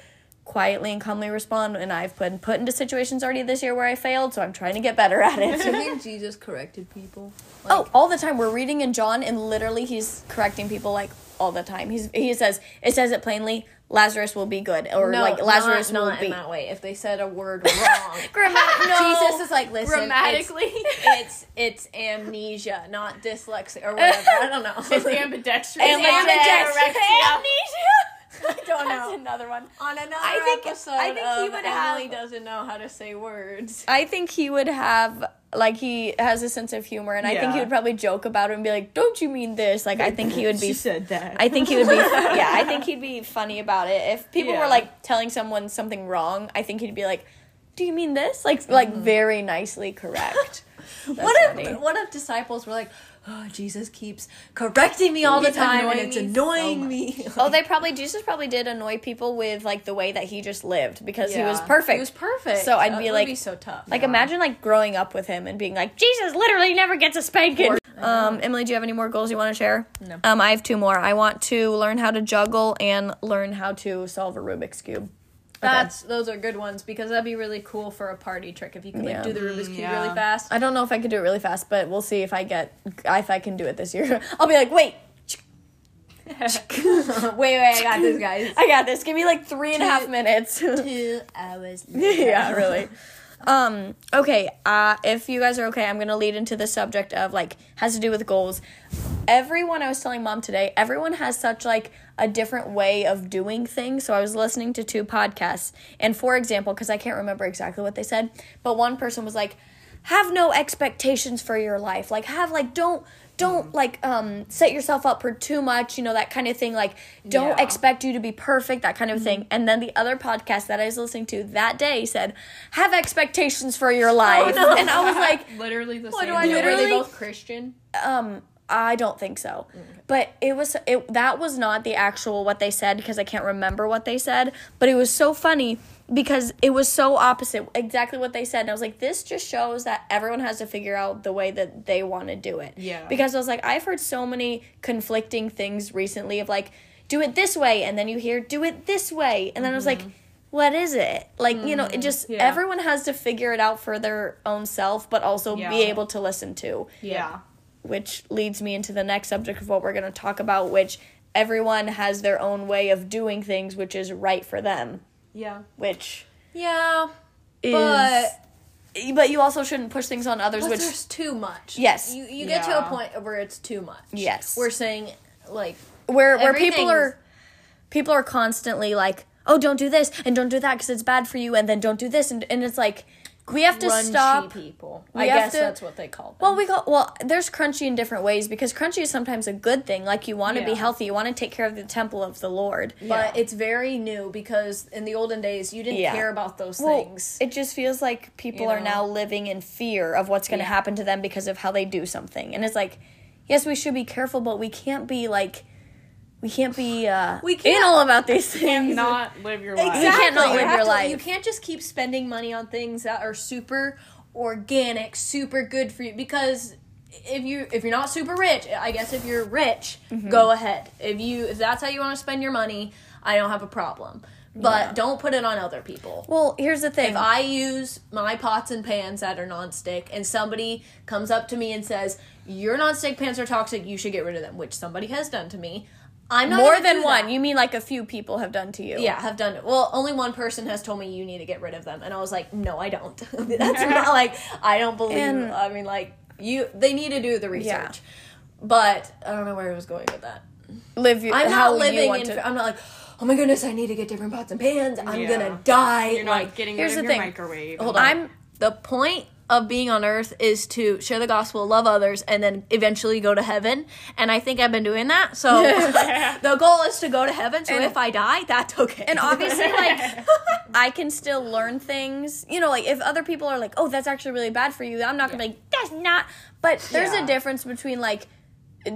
[SPEAKER 1] quietly and calmly respond and I've been put into situations already this year where I failed, so I'm trying to get better at it.
[SPEAKER 2] Do you think Jesus corrected people?
[SPEAKER 1] Oh, all the time. We're reading in John, and literally he's correcting people like all the time. He's he says it says it plainly. Lazarus will be good, or like Lazarus
[SPEAKER 2] not,
[SPEAKER 1] will
[SPEAKER 2] not
[SPEAKER 1] be.
[SPEAKER 2] in that way. If they said a word wrong,
[SPEAKER 1] Grammat- no.
[SPEAKER 2] Jesus is like listen. Grammatically, it's it's, amnesia, not dyslexia or whatever. I don't know.
[SPEAKER 3] It's ambidextrous.
[SPEAKER 1] Am- ambidextrous.
[SPEAKER 2] I don't
[SPEAKER 1] That's
[SPEAKER 2] know.
[SPEAKER 1] another one.
[SPEAKER 2] On another
[SPEAKER 1] I think-
[SPEAKER 2] episode,
[SPEAKER 1] I think he
[SPEAKER 2] of
[SPEAKER 1] would
[SPEAKER 2] Emily
[SPEAKER 1] have-
[SPEAKER 2] doesn't know how to say words.
[SPEAKER 1] I think he would have like he has a sense of humor, and I think he
[SPEAKER 3] Yeah.
[SPEAKER 1] would probably joke about it and be like, "Don't you mean this?" Like I think he would be.
[SPEAKER 3] said that.
[SPEAKER 1] I think he would be. Yeah, I think he'd be funny about it. If people
[SPEAKER 3] Yeah.
[SPEAKER 1] were like telling someone something wrong, I think he'd be like, "Do you mean this?" Like like
[SPEAKER 2] Mm-hmm.
[SPEAKER 1] very nicely correct.
[SPEAKER 2] What if
[SPEAKER 1] funny.
[SPEAKER 2] what if disciples were like, oh, Jesus keeps correcting me all the
[SPEAKER 3] He's
[SPEAKER 2] time and
[SPEAKER 3] annoying
[SPEAKER 2] it's
[SPEAKER 3] me so
[SPEAKER 2] annoying
[SPEAKER 3] much."
[SPEAKER 2] me.
[SPEAKER 1] Oh, they probably Jesus probably did annoy people with like the way that he just lived because he was
[SPEAKER 3] Yeah.
[SPEAKER 1] perfect.
[SPEAKER 2] It was perfect.
[SPEAKER 1] So I'd
[SPEAKER 2] That
[SPEAKER 1] be
[SPEAKER 2] would
[SPEAKER 1] like-
[SPEAKER 2] be so tough.
[SPEAKER 1] Like imagine like growing up with him and being like Jesus literally never gets a spanking. Um, Emily, do you have any more goals you want to share?
[SPEAKER 2] No.
[SPEAKER 1] Um, I have two more. I want to learn how to juggle and learn how to solve a Rubik's cube.
[SPEAKER 2] That's those are good ones because that'd be really cool for a party trick if you could like
[SPEAKER 1] Yeah.
[SPEAKER 2] do the Rubik's
[SPEAKER 3] Mm,
[SPEAKER 2] cube
[SPEAKER 3] yeah.
[SPEAKER 2] really fast.
[SPEAKER 1] I don't know if I could do it really fast, but we'll see if I get if I can do it this year. I'll be like, wait,
[SPEAKER 2] wait, wait, I got this, guys.
[SPEAKER 1] I got this. Give me like three and a half minutes.
[SPEAKER 2] Two hours.
[SPEAKER 1] yeah, really. Um, okay, uh, if you guys are okay, I'm gonna lead into the subject of like has to do with goals. Everyone I was telling mom today, everyone has such like a different way of doing things. So I was listening to two podcasts, and for example, because I can't remember exactly what they said, but one person was like, have no expectations for your life. Like have like don't don't like um set yourself up for too much, you know, that kind of thing. Like don't
[SPEAKER 3] Yeah.
[SPEAKER 1] expect expect you to be perfect, that kind of thing. And then the other podcast that I was listening to that day said, "Have expectations for your life," and I was like,
[SPEAKER 3] literally the
[SPEAKER 2] What
[SPEAKER 3] same.
[SPEAKER 2] do I do? Were
[SPEAKER 1] Literally-
[SPEAKER 2] they both Christian?
[SPEAKER 1] um i don't think so
[SPEAKER 3] Mm.
[SPEAKER 1] but it was it that was not the actual what they said because i can't remember what they said but it was so funny because it was so opposite exactly what they said and i was like this just shows that everyone has to figure out the way that they want to do it
[SPEAKER 3] Yeah.
[SPEAKER 1] because i was like i've heard so many conflicting things recently of like do it this way and then you hear do it this way and then i was like what is it like you know it just
[SPEAKER 3] Mm-hmm. yeah.
[SPEAKER 1] everyone has to figure it out for their own self but also
[SPEAKER 3] Yeah.
[SPEAKER 1] be able to listen to
[SPEAKER 3] Yeah.
[SPEAKER 1] which leads me into the next subject of what we're going to talk about, which everyone has their own way of doing things, which is right for them.
[SPEAKER 3] Yeah.
[SPEAKER 1] Which
[SPEAKER 2] Yeah,
[SPEAKER 1] is,
[SPEAKER 2] but
[SPEAKER 1] but you also shouldn't push things on others,
[SPEAKER 2] plus
[SPEAKER 1] which
[SPEAKER 2] there's too much.
[SPEAKER 1] Yes.
[SPEAKER 2] you you get to a
[SPEAKER 3] Yeah.
[SPEAKER 2] point where it's too much.
[SPEAKER 1] Yes.
[SPEAKER 2] we're saying like
[SPEAKER 1] where where people
[SPEAKER 2] everything's-
[SPEAKER 1] are people are constantly like, oh, don't do this and don't do that because it's bad for you, and then don't do this, and and it's like we have to
[SPEAKER 2] crunchy
[SPEAKER 1] stop.
[SPEAKER 2] people.
[SPEAKER 1] we
[SPEAKER 2] I
[SPEAKER 1] have
[SPEAKER 2] guess
[SPEAKER 1] to-
[SPEAKER 2] that's what they call them.
[SPEAKER 1] Well, we call well. There's crunchy in different ways because crunchy is sometimes a good thing. Like you want to be
[SPEAKER 3] Yeah.
[SPEAKER 1] healthy, you want to take care of the temple of the Lord.
[SPEAKER 2] but it's very new because in the olden days you didn't
[SPEAKER 1] Yeah.
[SPEAKER 2] care about those
[SPEAKER 1] Well,
[SPEAKER 2] things.
[SPEAKER 1] it just feels like people
[SPEAKER 2] You
[SPEAKER 1] are
[SPEAKER 2] know?
[SPEAKER 1] now living in fear of what's going to
[SPEAKER 2] Yeah.
[SPEAKER 1] happen to them because of how they do something, and it's like, yes, we should be careful, but we can't be like, we can't be uh,
[SPEAKER 2] We can't-
[SPEAKER 1] anal about these things.
[SPEAKER 3] Not live your life.
[SPEAKER 2] Exactly.
[SPEAKER 1] You can't not live
[SPEAKER 2] have
[SPEAKER 1] your
[SPEAKER 2] to-
[SPEAKER 1] life.
[SPEAKER 2] You can't just keep spending money on things that are super organic, super good for you because if you if you're not super rich, I guess if you're rich,
[SPEAKER 1] Mm-hmm.
[SPEAKER 2] go ahead. If you if that's how you want to spend your money, I don't have a problem. But don't put it on other people.
[SPEAKER 1] Well, here's the thing.
[SPEAKER 2] If I use my pots and pans that are nonstick and somebody comes up to me and says, Your nonstick pans are toxic, you should get rid of them, which somebody has done to me. I'm not
[SPEAKER 1] More
[SPEAKER 2] gonna
[SPEAKER 1] than
[SPEAKER 2] do
[SPEAKER 1] one.
[SPEAKER 2] that.
[SPEAKER 1] You mean like a few people have done to you?
[SPEAKER 2] Yeah, have done it. Well, only one person has told me you need to get rid of them, and I was like, no, I don't. That's not like I don't believe.
[SPEAKER 1] And-
[SPEAKER 2] I mean, like you, they need to do the research. But I don't know where I was going with that.
[SPEAKER 1] Live your,
[SPEAKER 2] I'm
[SPEAKER 1] how
[SPEAKER 2] not
[SPEAKER 1] you
[SPEAKER 2] living
[SPEAKER 1] want
[SPEAKER 2] in.
[SPEAKER 1] to.
[SPEAKER 2] I'm not like, oh my goodness, I need to get different pots and pans. I'm
[SPEAKER 3] Yeah.
[SPEAKER 2] gonna die.
[SPEAKER 3] You're not
[SPEAKER 2] like,
[SPEAKER 3] getting
[SPEAKER 1] here's
[SPEAKER 3] rid of
[SPEAKER 1] the
[SPEAKER 3] your
[SPEAKER 1] thing.
[SPEAKER 3] microwave.
[SPEAKER 2] hold on.
[SPEAKER 1] I'm
[SPEAKER 2] the point of being on earth is to share the gospel, love others, and then eventually go to heaven. And I think I've been doing that. So the goal is to go to heaven. So
[SPEAKER 1] And-
[SPEAKER 2] if I die, that's okay.
[SPEAKER 1] and obviously like I can still learn things. You know, like if other people are like, "Oh, that's actually really bad for you," I'm not gonna be like, "That's not." But there's
[SPEAKER 3] Yeah.
[SPEAKER 1] a difference between like,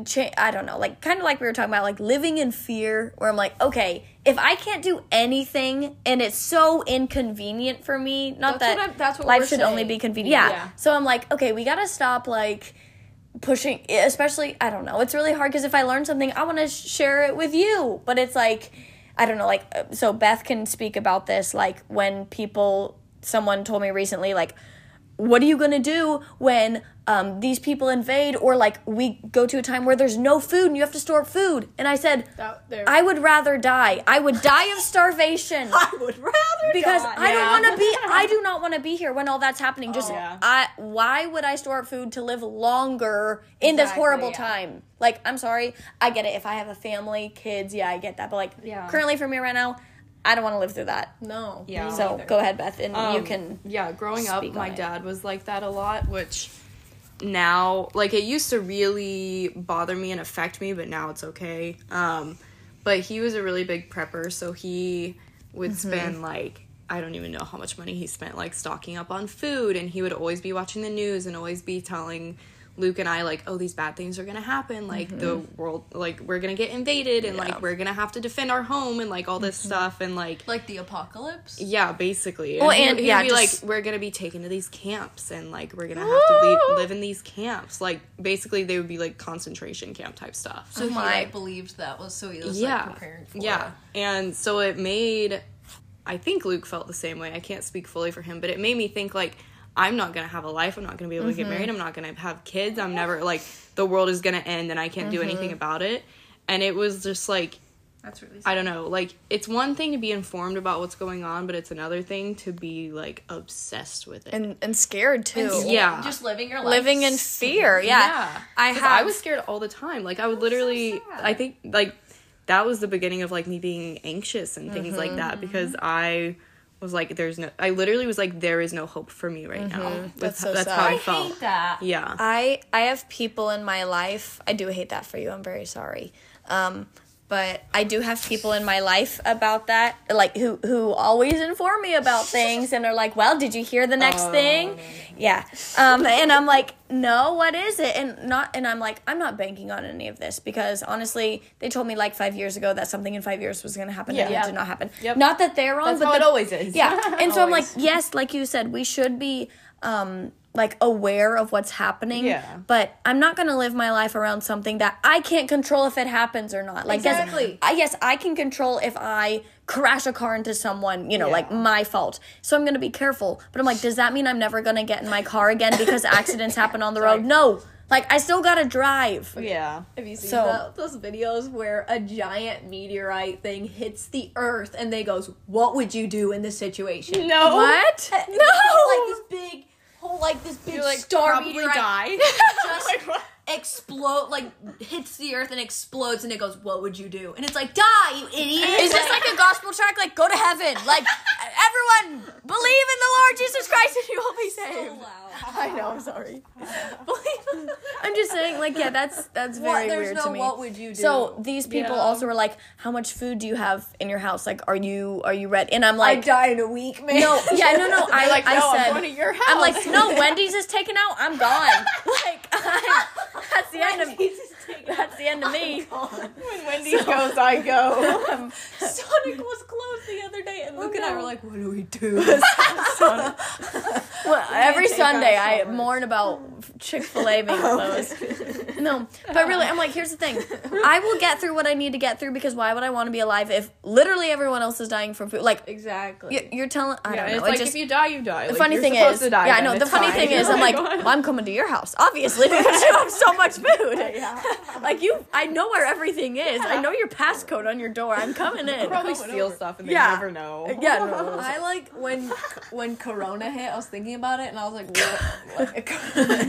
[SPEAKER 1] cha- I don't know, like kind of like we were talking about, like living in fear, where I'm like, okay, if I can't do anything and it's so inconvenient for me, not
[SPEAKER 2] That's
[SPEAKER 1] that
[SPEAKER 2] what I'm- that's what
[SPEAKER 1] life
[SPEAKER 2] we're
[SPEAKER 1] should only
[SPEAKER 2] saying.
[SPEAKER 1] be convenient. Yeah.
[SPEAKER 3] Yeah.
[SPEAKER 1] So I'm like, okay, we gotta stop like pushing e, especially i don't know it's really hard because if i learn something i want to share it with you but it's like i don't know like uh, so beth can speak about this like when people someone told me recently like what are you going to do when um, these people invade or like we go to a time where there's no food and you have to store food and i said
[SPEAKER 2] That- Oh, there-
[SPEAKER 1] i would rather die i would die of starvation
[SPEAKER 2] I would rather
[SPEAKER 1] because
[SPEAKER 2] die. Oh,
[SPEAKER 1] I
[SPEAKER 3] Yeah.
[SPEAKER 1] don't want to be. I do not want to be here when all that's happening. Just
[SPEAKER 3] Yeah.
[SPEAKER 1] I. Why would I store up food to live longer in this
[SPEAKER 2] Exactly,
[SPEAKER 1] horrible
[SPEAKER 2] yeah.
[SPEAKER 1] time? Like I'm sorry, I get it. If I have a family, kids, yeah, I get that. But like
[SPEAKER 3] Yeah.
[SPEAKER 1] currently for me right now, I don't want to live through that.
[SPEAKER 2] No. me
[SPEAKER 3] Yeah.
[SPEAKER 1] So
[SPEAKER 2] neither.
[SPEAKER 1] go ahead, Beth, and you
[SPEAKER 3] Um,
[SPEAKER 1] can.
[SPEAKER 3] yeah growing up
[SPEAKER 1] speak on
[SPEAKER 3] my
[SPEAKER 1] it.
[SPEAKER 3] dad was like that a lot which now like it used to really bother me and affect me but now it's okay um but he was a really big prepper so he would
[SPEAKER 1] Mm-hmm.
[SPEAKER 3] spend like I don't even know how much money he spent like stocking up on food and he would always be watching the news and always be telling Luke and I like oh these bad things are going to happen like the
[SPEAKER 1] Mm-hmm.
[SPEAKER 3] world like we're going to get invaded and like we're going to have to defend our home and like all this
[SPEAKER 1] Mm-hmm.
[SPEAKER 3] stuff and like
[SPEAKER 2] like the apocalypse.
[SPEAKER 3] yeah, basically.
[SPEAKER 1] Well,
[SPEAKER 3] he-
[SPEAKER 1] and-
[SPEAKER 3] he'd
[SPEAKER 1] yeah,
[SPEAKER 3] be
[SPEAKER 1] just-
[SPEAKER 3] like, we're gonna be taken to these camps, and like we're gonna have to leave, live in these camps. Like basically, they would be like concentration camp type stuff.
[SPEAKER 2] So he
[SPEAKER 1] my-
[SPEAKER 2] like believed that was so he was
[SPEAKER 3] yeah,
[SPEAKER 2] like preparing for.
[SPEAKER 3] yeah, and so it made. I think Luke felt the same way. I can't speak fully for him, but it made me think like I'm not gonna have a life. I'm not gonna be able to
[SPEAKER 2] Mm-hmm.
[SPEAKER 3] get married. I'm not gonna have kids. I'm never like the world is gonna end, and I can't do anything about it. And it was just like
[SPEAKER 2] Mm-hmm. That's really.
[SPEAKER 3] I don't know. Like, it's one thing to be informed about what's going on, but it's another thing to be like obsessed with it.
[SPEAKER 1] And, and scared too.
[SPEAKER 3] yeah.
[SPEAKER 2] Just living your life.
[SPEAKER 1] Living in fear. Yeah. I
[SPEAKER 3] 'Cause
[SPEAKER 1] have.
[SPEAKER 3] I was scared all the time. Like, I would literally. I think like that was the beginning of like me being anxious and things like
[SPEAKER 1] Mm-hmm.
[SPEAKER 3] that because I was like, "There's no." I literally was like, "There is no hope for me right now." That's,
[SPEAKER 1] Mm-hmm. That's so
[SPEAKER 3] that's
[SPEAKER 1] sad.
[SPEAKER 3] how
[SPEAKER 2] I
[SPEAKER 3] I,
[SPEAKER 2] hate
[SPEAKER 3] felt.
[SPEAKER 2] that.
[SPEAKER 3] Yeah.
[SPEAKER 1] I I have people in my life. I do hate that for you. I'm very sorry. Um, but I do have people in my life about that, like who who always inform me about things and are like, "Well, did you hear the
[SPEAKER 3] Oh.
[SPEAKER 1] next thing?" Yeah. Um, and I'm like, "No, what is it?" And not and I'm like, "I'm not banking on any of this because honestly, they told me like 5 years ago that something in 5 years was going to happen and
[SPEAKER 3] Yeah.
[SPEAKER 1] it did not happen."
[SPEAKER 3] Yep.
[SPEAKER 1] Not that they're wrong,
[SPEAKER 3] That's
[SPEAKER 1] but
[SPEAKER 3] how
[SPEAKER 1] the-
[SPEAKER 3] it always is.
[SPEAKER 1] yeah. And so I'm like,
[SPEAKER 3] Always.
[SPEAKER 1] yes, like you said, we should be um like aware of what's happening.
[SPEAKER 3] Yeah.
[SPEAKER 1] But I'm not gonna live my life around something that I can't control if it happens or not. Like yes-
[SPEAKER 2] Exactly.
[SPEAKER 1] I yes, I can control if I crash a car into someone, you know,
[SPEAKER 3] Yeah.
[SPEAKER 1] like my fault. So I'm gonna be careful. But I'm like, does that mean I'm never gonna get in my car again because accidents happen on the road? No. Like I still gotta drive.
[SPEAKER 3] Yeah.
[SPEAKER 2] Have you seen
[SPEAKER 1] So-
[SPEAKER 2] tho- those videos where a giant meteorite thing hits the earth and they goes, "What would you do in this situation?"
[SPEAKER 3] No.
[SPEAKER 1] What?
[SPEAKER 2] And it's got, like this big, whole like this big
[SPEAKER 3] You're like
[SPEAKER 2] star
[SPEAKER 3] probably
[SPEAKER 2] meteorite
[SPEAKER 3] die.
[SPEAKER 2] just
[SPEAKER 4] explode like hits the earth and explodes and it goes what would you do and it's like die you idiot
[SPEAKER 1] Is this like a gospel track? Like, go to heaven. Like, e-, everyone, believe in the Lord Jesus Christ and you will be saved. I know, I'm sorry. I'm just saying, like, yeah, that's that's
[SPEAKER 4] what,
[SPEAKER 1] very
[SPEAKER 4] there's
[SPEAKER 1] weird
[SPEAKER 4] no
[SPEAKER 1] to me.
[SPEAKER 4] what would you do
[SPEAKER 1] so these people
[SPEAKER 3] Yeah.
[SPEAKER 1] also were like, "How much food do you have in your house? Like, are you are you ready?" And I'm like,
[SPEAKER 4] die in a week man
[SPEAKER 1] "No, yeah, no, no." I
[SPEAKER 3] like,
[SPEAKER 1] I
[SPEAKER 3] no, I'm
[SPEAKER 1] said,
[SPEAKER 3] going to your house.
[SPEAKER 1] I'm like, "No, Wendy's is taken out. I'm gone." like, i that's the end of that's the end of me.
[SPEAKER 3] when Wendy goes, I go.
[SPEAKER 4] Sonic was closed the other day
[SPEAKER 1] Oh,
[SPEAKER 4] and Luke and I were like what do we do
[SPEAKER 1] Well, every
[SPEAKER 3] take our
[SPEAKER 1] Sunday I
[SPEAKER 3] showers.
[SPEAKER 1] mourn about Chick Fil A being
[SPEAKER 3] Oh.
[SPEAKER 1] closed. No, but really, I'm like, here's the thing: I will get through what I need to get through because why would I want to be alive if literally everyone else is dying from food? Like,
[SPEAKER 2] Exactly.
[SPEAKER 1] y- you're telling, I
[SPEAKER 3] Yeah,
[SPEAKER 1] don't know.
[SPEAKER 3] it's
[SPEAKER 1] it
[SPEAKER 3] like
[SPEAKER 1] just,
[SPEAKER 3] if you die, you die.
[SPEAKER 1] the funny thing is, yeah, I know. The funny thing is, I'm like, well, I'm coming to your house, obviously, because you have so much food. like you, I know where everything is. I know your passcode on your door. I'm coming in.
[SPEAKER 3] probably steal stuff and they
[SPEAKER 1] Yeah.
[SPEAKER 3] never know.
[SPEAKER 1] Yeah, no.
[SPEAKER 2] I like when when Corona hit. I was thinking about it, and I was like, what?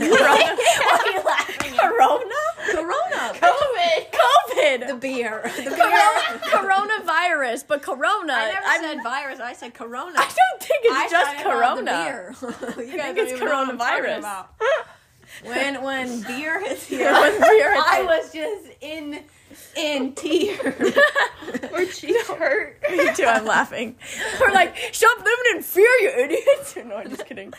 [SPEAKER 2] what-
[SPEAKER 1] Corona,
[SPEAKER 2] Corona,
[SPEAKER 1] COVID, COVID.
[SPEAKER 2] the beer.
[SPEAKER 1] Corona, coronavirus, but Corona.
[SPEAKER 2] I never
[SPEAKER 1] I'm-
[SPEAKER 2] said virus. I said Corona.
[SPEAKER 1] I don't think it's
[SPEAKER 2] I
[SPEAKER 1] just
[SPEAKER 2] thought about
[SPEAKER 1] Corona.
[SPEAKER 2] the beer. you
[SPEAKER 1] I
[SPEAKER 2] guys
[SPEAKER 1] think it's
[SPEAKER 2] don't even know what I'm talking
[SPEAKER 1] coronavirus.
[SPEAKER 2] about. When when beer hits the
[SPEAKER 1] It
[SPEAKER 2] earth,
[SPEAKER 1] was weird.
[SPEAKER 2] I was just in in tears.
[SPEAKER 3] Or cheeks hurt.
[SPEAKER 1] Me too. I'm laughing. We're like, stop living in fear, you idiots. No, I'm just kidding.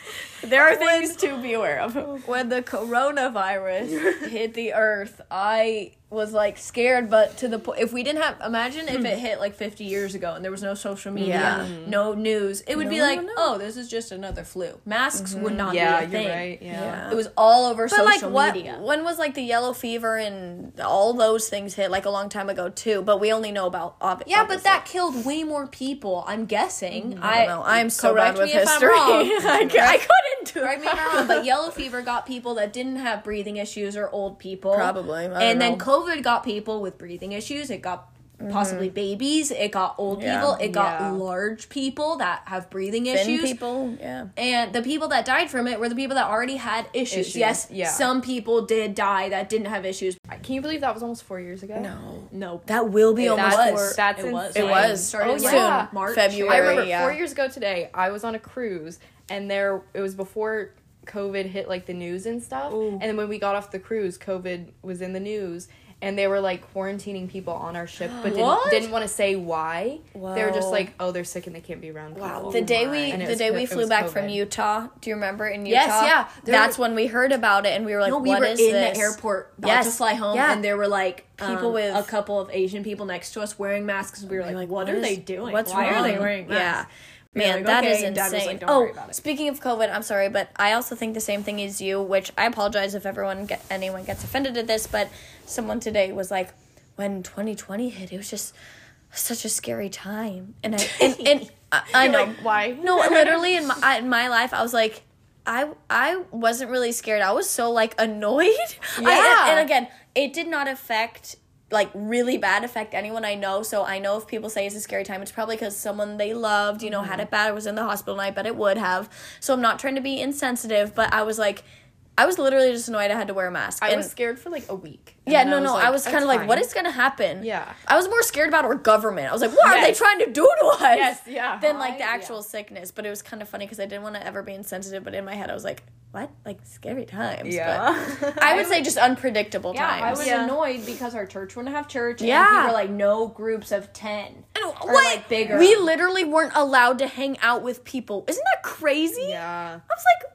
[SPEAKER 1] There are things to be aware of.
[SPEAKER 2] when the coronavirus hit the earth, I was like scared, but to the point, if we didn't have, imagine if it hit like 50 years ago and there was no social media,
[SPEAKER 1] Hmm. Yeah.
[SPEAKER 2] no news, it would be
[SPEAKER 1] No, Mm-hmm.
[SPEAKER 2] like,
[SPEAKER 1] no.
[SPEAKER 2] oh, this is just another flu. Masks would not
[SPEAKER 3] Yeah,
[SPEAKER 2] be a
[SPEAKER 3] you're
[SPEAKER 2] thing.
[SPEAKER 3] right. Yeah.
[SPEAKER 1] Yeah.
[SPEAKER 2] It was all over
[SPEAKER 1] But
[SPEAKER 2] social
[SPEAKER 1] like, what?
[SPEAKER 2] media.
[SPEAKER 1] When was like the yellow fever and all those things hit like a long time ago too? But we only know about ob-
[SPEAKER 2] Yeah, but
[SPEAKER 1] obviously. Mm-hmm.
[SPEAKER 2] that killed way more people. I'm guessing.
[SPEAKER 1] I don't know. I'm so bad
[SPEAKER 2] correct
[SPEAKER 1] with
[SPEAKER 2] me if I'm
[SPEAKER 1] history.
[SPEAKER 2] wrong.
[SPEAKER 1] I, c- I couldn't do
[SPEAKER 2] Correct me
[SPEAKER 1] it.
[SPEAKER 2] if I'm wrong, but yellow fever got people that didn't have breathing issues or old people.
[SPEAKER 1] Probably. I don't
[SPEAKER 2] and
[SPEAKER 1] know.
[SPEAKER 2] then
[SPEAKER 1] Mm-hmm.
[SPEAKER 2] COVID got people with breathing issues. It got possibly babies. It got old
[SPEAKER 1] Yeah.
[SPEAKER 2] people. It got
[SPEAKER 3] Yeah.
[SPEAKER 2] large people that have breathing
[SPEAKER 1] Thin
[SPEAKER 2] issues.
[SPEAKER 1] people, yeah.
[SPEAKER 2] And the people that died from it were the people that already had issues.
[SPEAKER 3] Issues,
[SPEAKER 2] Yes,
[SPEAKER 3] yeah.
[SPEAKER 2] some people did die that didn't have issues.
[SPEAKER 3] Can you believe that was almost four years ago?
[SPEAKER 1] No,
[SPEAKER 2] No,
[SPEAKER 1] that will be
[SPEAKER 2] It
[SPEAKER 1] almost.
[SPEAKER 2] was.
[SPEAKER 1] four-
[SPEAKER 3] That's
[SPEAKER 2] It was.
[SPEAKER 1] It
[SPEAKER 3] insane.
[SPEAKER 1] was
[SPEAKER 2] Started
[SPEAKER 1] oh,
[SPEAKER 3] in,
[SPEAKER 1] soon.
[SPEAKER 3] like,
[SPEAKER 2] March.
[SPEAKER 1] February.
[SPEAKER 3] I remember
[SPEAKER 1] yeah.
[SPEAKER 3] four years ago today, I was on a cruise, and there it was before COVID hit like the news and stuff. And then when we got off the cruise, COVID was in the news, and they were like quarantining people on our ship, but didn't,
[SPEAKER 2] What?
[SPEAKER 3] didn't want to say why. They were just
[SPEAKER 1] Whoa.
[SPEAKER 3] like, "Oh, they're sick and they can't be around." People.
[SPEAKER 1] The day we
[SPEAKER 3] And it
[SPEAKER 1] the
[SPEAKER 3] was
[SPEAKER 1] day
[SPEAKER 3] co-
[SPEAKER 1] we
[SPEAKER 3] it
[SPEAKER 1] flew
[SPEAKER 3] was
[SPEAKER 1] back from
[SPEAKER 3] COVID.
[SPEAKER 1] Utah, do you remember in Utah?
[SPEAKER 2] Yes, yeah. There
[SPEAKER 1] That's when we heard about it, and we were like,
[SPEAKER 2] No,
[SPEAKER 1] "What
[SPEAKER 2] we
[SPEAKER 1] is
[SPEAKER 2] were in
[SPEAKER 1] this?"
[SPEAKER 2] the airport about to
[SPEAKER 1] Yes.
[SPEAKER 2] fly home,
[SPEAKER 1] Yeah.
[SPEAKER 2] and there were like
[SPEAKER 1] People
[SPEAKER 2] people
[SPEAKER 1] with-
[SPEAKER 2] with a couple of Asian people next to us wearing masks. We were like,
[SPEAKER 1] like,
[SPEAKER 2] "What,
[SPEAKER 1] what
[SPEAKER 2] are
[SPEAKER 1] is-
[SPEAKER 2] they doing?
[SPEAKER 1] What's
[SPEAKER 2] Why
[SPEAKER 1] wrong?
[SPEAKER 2] are they wearing masks?"
[SPEAKER 1] Yeah.
[SPEAKER 2] We were
[SPEAKER 1] Man,
[SPEAKER 2] like,
[SPEAKER 1] that is
[SPEAKER 2] "Okay," and Dad was
[SPEAKER 1] insane.
[SPEAKER 2] like, "Don't
[SPEAKER 1] oh,
[SPEAKER 2] worry about it."
[SPEAKER 1] speaking of COVID, I'm sorry, but I also think the same thing as you, which I apologize if everyone get, anyone gets offended at this, but someone today was like, when 2020 hit, it was just such a scary time, and I and, and I, I know
[SPEAKER 3] like, why?
[SPEAKER 1] No, literally in my I- in my life, I was like. I, I wasn't really scared. I was so like annoyed. I,
[SPEAKER 3] Yeah.
[SPEAKER 1] and again, it did not affect like really bad affect anyone I know. So I know if people say it's a scary time, it's probably because someone they loved, you know,
[SPEAKER 3] Mm-hmm.
[SPEAKER 1] had it bad or was in the hospital, and I bet it would have. So I'm not trying to be insensitive, but I was like, I was literally just annoyed I had to wear a mask.
[SPEAKER 3] I
[SPEAKER 1] And-
[SPEAKER 3] was scared for like a week. And
[SPEAKER 1] yeah,
[SPEAKER 3] then
[SPEAKER 1] no, no. I
[SPEAKER 3] like,
[SPEAKER 1] was
[SPEAKER 3] "That's
[SPEAKER 1] kind of like,
[SPEAKER 3] fine."
[SPEAKER 1] what is going to happen?
[SPEAKER 3] Yeah.
[SPEAKER 1] I was more scared about our government. I was like, what are they
[SPEAKER 3] Yes.
[SPEAKER 1] trying to do to us?
[SPEAKER 3] Yes, yeah.
[SPEAKER 1] Than like the
[SPEAKER 3] I-
[SPEAKER 1] actual sickness. But it was kind of funny because I didn't want to ever be insensitive. But in my head, I was like, what? Like scary times.
[SPEAKER 3] Yeah.
[SPEAKER 1] But I would say just unpredictable
[SPEAKER 2] Yeah, I
[SPEAKER 1] times.
[SPEAKER 2] was
[SPEAKER 3] Yeah.
[SPEAKER 2] annoyed because our church wouldn't have church.
[SPEAKER 1] Yeah.
[SPEAKER 2] and we were like no groups of ten.
[SPEAKER 1] And
[SPEAKER 2] Or,
[SPEAKER 1] what?
[SPEAKER 2] like, bigger.
[SPEAKER 1] We literally weren't allowed to hang out with people. Isn't that crazy?
[SPEAKER 3] yeah.
[SPEAKER 1] I was like, there-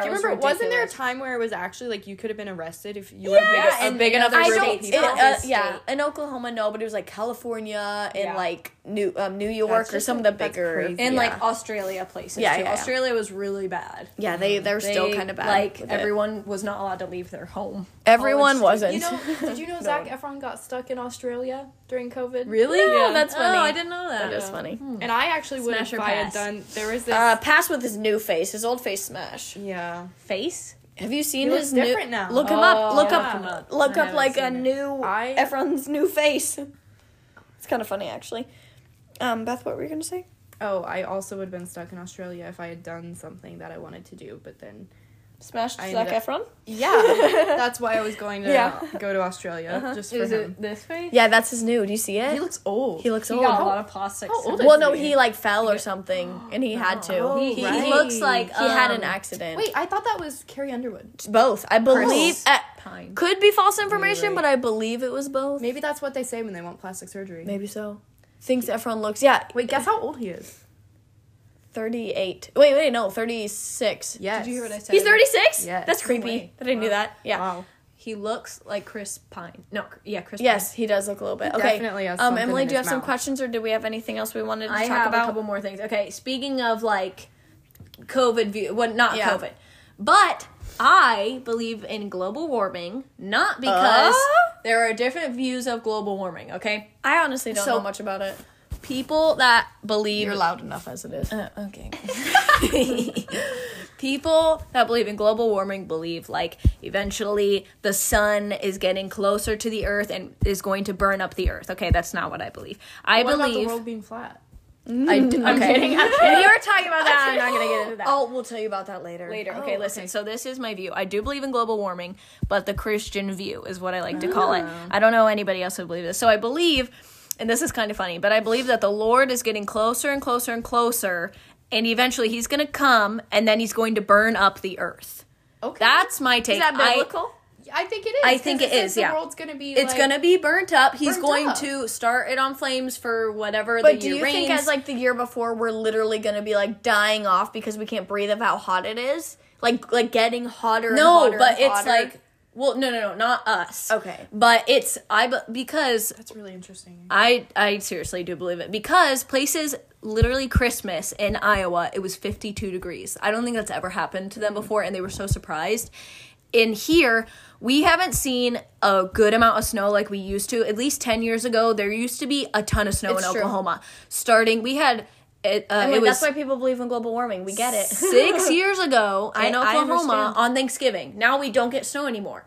[SPEAKER 2] That
[SPEAKER 3] Do you
[SPEAKER 2] was
[SPEAKER 3] remember? Wasn't there a
[SPEAKER 2] ridiculous.
[SPEAKER 3] time where it was actually like you could have been arrested if you were
[SPEAKER 1] Yeah,
[SPEAKER 3] big, a
[SPEAKER 2] and
[SPEAKER 3] big enough
[SPEAKER 1] I
[SPEAKER 3] group of
[SPEAKER 1] don't.
[SPEAKER 2] states,
[SPEAKER 1] It,
[SPEAKER 3] people?
[SPEAKER 2] not
[SPEAKER 1] uh,
[SPEAKER 2] this
[SPEAKER 1] yeah, in Oklahoma, no, but it was like California and
[SPEAKER 3] Yeah.
[SPEAKER 1] like New um, New York or
[SPEAKER 3] just
[SPEAKER 1] some of the
[SPEAKER 3] like- that's
[SPEAKER 1] bigger
[SPEAKER 3] crazy.
[SPEAKER 2] And
[SPEAKER 1] yeah.
[SPEAKER 2] like Australia places.
[SPEAKER 1] Yeah,
[SPEAKER 2] too.
[SPEAKER 1] yeah, yeah.
[SPEAKER 2] Australia was really bad.
[SPEAKER 1] Yeah, they they're still
[SPEAKER 2] They,
[SPEAKER 1] kind of bad.
[SPEAKER 2] Like
[SPEAKER 1] with it.
[SPEAKER 2] everyone was not allowed to leave their home.
[SPEAKER 1] everyone
[SPEAKER 2] college
[SPEAKER 1] wasn't.
[SPEAKER 3] You know, did you know Zach Efron got stuck in Australia during COVID? Uh,
[SPEAKER 2] Really?
[SPEAKER 1] No, that's funny.
[SPEAKER 2] Oh, I didn't know that.
[SPEAKER 1] That is funny.
[SPEAKER 3] And I actually would
[SPEAKER 2] Smash
[SPEAKER 3] if
[SPEAKER 2] or
[SPEAKER 3] I had
[SPEAKER 2] pass?
[SPEAKER 3] done. There was this.
[SPEAKER 1] Uh, pass with his new face, his old face smash.
[SPEAKER 3] yeah.
[SPEAKER 2] Face.
[SPEAKER 1] Have you seen
[SPEAKER 3] He
[SPEAKER 1] his
[SPEAKER 3] looks
[SPEAKER 1] new?
[SPEAKER 3] different now.
[SPEAKER 1] Look him up.
[SPEAKER 2] Oh,
[SPEAKER 1] Look
[SPEAKER 2] yeah.
[SPEAKER 1] up. Look
[SPEAKER 2] I
[SPEAKER 1] up
[SPEAKER 2] haven't
[SPEAKER 1] like a
[SPEAKER 2] seen it.
[SPEAKER 1] new
[SPEAKER 3] I-
[SPEAKER 1] Efron's new face. It's kind of funny actually. Um, Beth, what were you gonna say?
[SPEAKER 3] Oh, I also would have been stuck in Australia if I had done something that I wanted to do, but then
[SPEAKER 2] Smashed
[SPEAKER 3] I
[SPEAKER 2] Zac
[SPEAKER 3] ended up-
[SPEAKER 2] Efron?
[SPEAKER 3] Yeah, that's why I was going to
[SPEAKER 2] Yeah. Uh-huh.
[SPEAKER 3] go to Australia just for
[SPEAKER 2] Is
[SPEAKER 3] him.
[SPEAKER 2] it this way?
[SPEAKER 1] Yeah, that's his nude. You see
[SPEAKER 3] He
[SPEAKER 1] it?
[SPEAKER 3] looks old.
[SPEAKER 1] He looks
[SPEAKER 2] He
[SPEAKER 1] old.
[SPEAKER 2] got a lot of plastic.
[SPEAKER 3] How old
[SPEAKER 2] surgery.
[SPEAKER 3] is
[SPEAKER 1] well, no, he like fell or something, and he had to.
[SPEAKER 3] Oh,
[SPEAKER 1] he, he
[SPEAKER 3] right.
[SPEAKER 1] looks like he had
[SPEAKER 4] um,
[SPEAKER 1] an accident.
[SPEAKER 3] Wait, I thought that was Carrie Underwood.
[SPEAKER 1] both. I believe
[SPEAKER 2] Pulse.
[SPEAKER 1] uh,
[SPEAKER 2] Pine.
[SPEAKER 1] could be false information,
[SPEAKER 3] right.
[SPEAKER 1] but I believe it was both.
[SPEAKER 3] Maybe that's what they say when they want plastic surgery.
[SPEAKER 1] Maybe so. Thinks Efron looks yeah.
[SPEAKER 3] Wait, guess how old he is?
[SPEAKER 1] Thirty-eight. Wait, wait, no, thirty-six.
[SPEAKER 3] Yes.
[SPEAKER 2] Did you hear what I said?
[SPEAKER 1] He's thirty-six.
[SPEAKER 3] Yes.
[SPEAKER 1] that's
[SPEAKER 3] No
[SPEAKER 1] creepy.
[SPEAKER 2] way.
[SPEAKER 1] That I didn't do that. Yeah.
[SPEAKER 3] Wow.
[SPEAKER 2] He looks like Chris Pine. No, cr- yeah, Chris.
[SPEAKER 1] Yes, he does look a little bit.
[SPEAKER 3] He
[SPEAKER 1] okay.
[SPEAKER 3] definitely has
[SPEAKER 1] um,
[SPEAKER 3] something
[SPEAKER 1] Emily,
[SPEAKER 3] in
[SPEAKER 1] do you have
[SPEAKER 3] his
[SPEAKER 1] some
[SPEAKER 3] mouth.
[SPEAKER 1] questions, or do we have anything else we wanted to
[SPEAKER 2] Pine. I
[SPEAKER 1] talk
[SPEAKER 2] have
[SPEAKER 1] about?
[SPEAKER 2] a couple more things. Okay, speaking of like COVID view, well, not
[SPEAKER 1] Yeah.
[SPEAKER 2] COVID, but I believe in global warming, not because
[SPEAKER 1] Uh?
[SPEAKER 2] there are different views of global warming. Okay,
[SPEAKER 1] I honestly don't
[SPEAKER 2] So-
[SPEAKER 1] know much about it.
[SPEAKER 2] people that believe
[SPEAKER 1] You're loud enough as it is.
[SPEAKER 2] Uh, okay. People that believe in global warming believe like eventually the sun is getting closer to the earth and is going to burn up the earth. Okay, that's not what I believe. I
[SPEAKER 3] What about the
[SPEAKER 2] believe
[SPEAKER 3] world being flat?
[SPEAKER 1] I d-
[SPEAKER 2] I'm
[SPEAKER 1] okay.
[SPEAKER 2] kidding. I'm kidding. you were talking about that. I'm not going to get into that.
[SPEAKER 1] Oh, we'll tell you about that later.
[SPEAKER 2] later.
[SPEAKER 3] Oh,
[SPEAKER 2] okay, listen.
[SPEAKER 3] okay.
[SPEAKER 2] So this is my view. I do believe in global warming, but the Christian view is what I like to call it.
[SPEAKER 1] Ah.
[SPEAKER 2] I don't know anybody else who believes this. So I believe, and this is kind of funny, but I believe that the Lord is getting closer and closer and closer, and eventually He's going to come, and then He's going to burn up the earth.
[SPEAKER 3] Okay.
[SPEAKER 2] That's my take.
[SPEAKER 1] Is that
[SPEAKER 2] I-
[SPEAKER 1] biblical?
[SPEAKER 3] I think it is.
[SPEAKER 2] I think
[SPEAKER 3] 'cause
[SPEAKER 2] it
[SPEAKER 3] says
[SPEAKER 2] is,
[SPEAKER 3] The
[SPEAKER 2] yeah.
[SPEAKER 3] world's gonna be.
[SPEAKER 2] it's
[SPEAKER 3] like-
[SPEAKER 2] going to be burnt up. He's
[SPEAKER 3] Burnt
[SPEAKER 2] going
[SPEAKER 3] up.
[SPEAKER 2] to start it on flames for whatever
[SPEAKER 1] but
[SPEAKER 2] the
[SPEAKER 1] do
[SPEAKER 2] year
[SPEAKER 1] you think
[SPEAKER 2] reigns.
[SPEAKER 1] as like the year before we're literally gonna be like dying off because we can't breathe of how hot it is? Like like getting hotter and
[SPEAKER 2] No,
[SPEAKER 1] hotter
[SPEAKER 2] but
[SPEAKER 1] and
[SPEAKER 2] it's
[SPEAKER 1] hotter?
[SPEAKER 2] like well, no, no, no, not us.
[SPEAKER 1] Okay.
[SPEAKER 2] But it's I be- because
[SPEAKER 3] That's really interesting.
[SPEAKER 2] I I seriously do believe it because places literally Christmas in Iowa it was 52 degrees. I don't think that's ever happened to them
[SPEAKER 1] Mm-hmm.
[SPEAKER 2] before and they were so surprised. In here, we haven't seen a good amount of snow like we used to. At least 10 years ago, there used to be a ton of snow
[SPEAKER 1] It's
[SPEAKER 2] in
[SPEAKER 1] true.
[SPEAKER 2] Oklahoma. Starting we had it, uh,
[SPEAKER 1] I mean,
[SPEAKER 2] it was
[SPEAKER 1] that's why people believe in global warming. We get it.
[SPEAKER 2] six years ago
[SPEAKER 1] I-
[SPEAKER 2] in
[SPEAKER 1] I
[SPEAKER 2] Oklahoma
[SPEAKER 1] understand.
[SPEAKER 2] on Thanksgiving. Now we don't get snow anymore.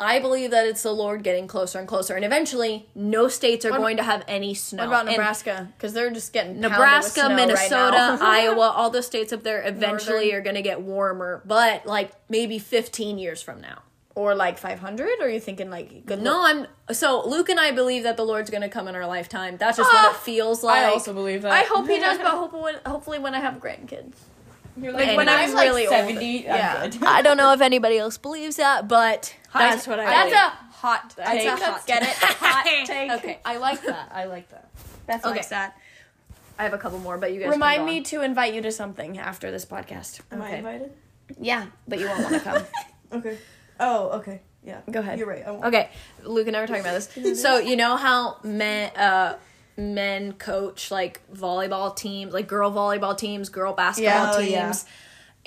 [SPEAKER 2] I believe that it's the Lord getting closer and closer, and eventually, no states are going to have any snow.
[SPEAKER 1] What about
[SPEAKER 2] And
[SPEAKER 1] Nebraska? Because they're just getting
[SPEAKER 2] Nebraska, Minnesota,
[SPEAKER 1] I,
[SPEAKER 2] Iowa, all those states up there eventually
[SPEAKER 1] Northern.
[SPEAKER 2] are going to get warmer, but like maybe 15 years from now.
[SPEAKER 1] or like five hundred? Or are you thinking like good?
[SPEAKER 2] No,
[SPEAKER 1] luck?
[SPEAKER 2] I'm so Luke and I believe that the Lord's going to come in our lifetime. That's just
[SPEAKER 1] Ah,
[SPEAKER 2] what it feels like.
[SPEAKER 3] I also believe that.
[SPEAKER 1] I hope he does, but hope when, hopefully when I have grandkids.
[SPEAKER 3] You're like,
[SPEAKER 2] when I'm
[SPEAKER 1] like,
[SPEAKER 3] really
[SPEAKER 1] 70,
[SPEAKER 3] old.
[SPEAKER 1] yeah.
[SPEAKER 3] I'm good.
[SPEAKER 2] I don't know if anybody else believes that, but that's what I.
[SPEAKER 1] That's
[SPEAKER 2] believe.
[SPEAKER 1] a hot. That's
[SPEAKER 2] take.
[SPEAKER 1] a hot. Get it? Hot take.
[SPEAKER 2] Okay, I like that. I like that.
[SPEAKER 1] That's
[SPEAKER 2] Okay.
[SPEAKER 1] okay. that.
[SPEAKER 2] I have a couple more, but you guys
[SPEAKER 1] Remind me to invite you to something after this podcast.
[SPEAKER 3] Am I invited?
[SPEAKER 1] Yeah, but you won't want to come.
[SPEAKER 3] Okay. Oh, okay. Yeah.
[SPEAKER 1] Go ahead.
[SPEAKER 3] You're right. I won't.
[SPEAKER 2] Okay, Luke and I were talking about this. so you know how men uh, men coach like volleyball teams, like girl volleyball teams, girl basketball
[SPEAKER 3] Yeah. Oh,
[SPEAKER 2] teams,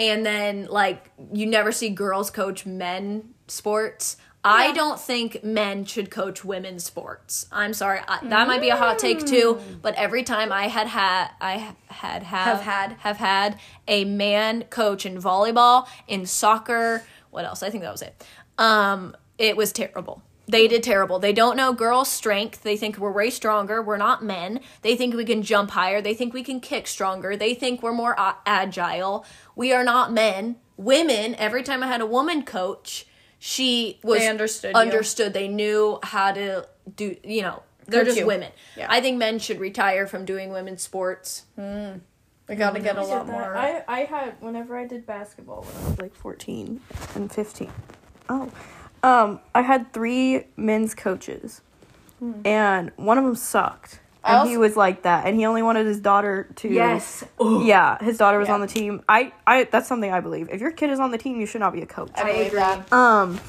[SPEAKER 3] yeah.
[SPEAKER 2] and then like you never see girls coach men sports. I don't think men should coach women's sports. I'm sorry, I, that might be a hot take too. But every time I had had I ha- had have,
[SPEAKER 1] Have had.
[SPEAKER 2] have had a man coach in volleyball, in soccer. What else? I think that was it. Um, it was terrible. They did terrible. They don't know girls' strength. They think we're way stronger. We're not men. They think we can jump higher. They think we can kick stronger. They think we're more a- agile. We are not men. Women, every time I had a woman coach, she was
[SPEAKER 1] They understood you.
[SPEAKER 2] understood. They knew how to do, you know, they're
[SPEAKER 1] Coach
[SPEAKER 2] just
[SPEAKER 1] you.
[SPEAKER 2] women.
[SPEAKER 1] Yeah.
[SPEAKER 2] I think men should retire from doing women's sports.
[SPEAKER 1] We gotta get a lot
[SPEAKER 3] Did that.
[SPEAKER 1] more.
[SPEAKER 3] I, I had whenever I did basketball when I was like 14 and 15. Oh. Um, I had three men's coaches. Hmm. And one of them sucked. And he
[SPEAKER 1] also-
[SPEAKER 3] was like that and he only wanted his daughter to
[SPEAKER 2] Yes.
[SPEAKER 3] Yeah, his daughter was on the team. I I that's something I believe. If your kid is on the team, you should not be a coach.
[SPEAKER 1] agree. That.
[SPEAKER 3] Um,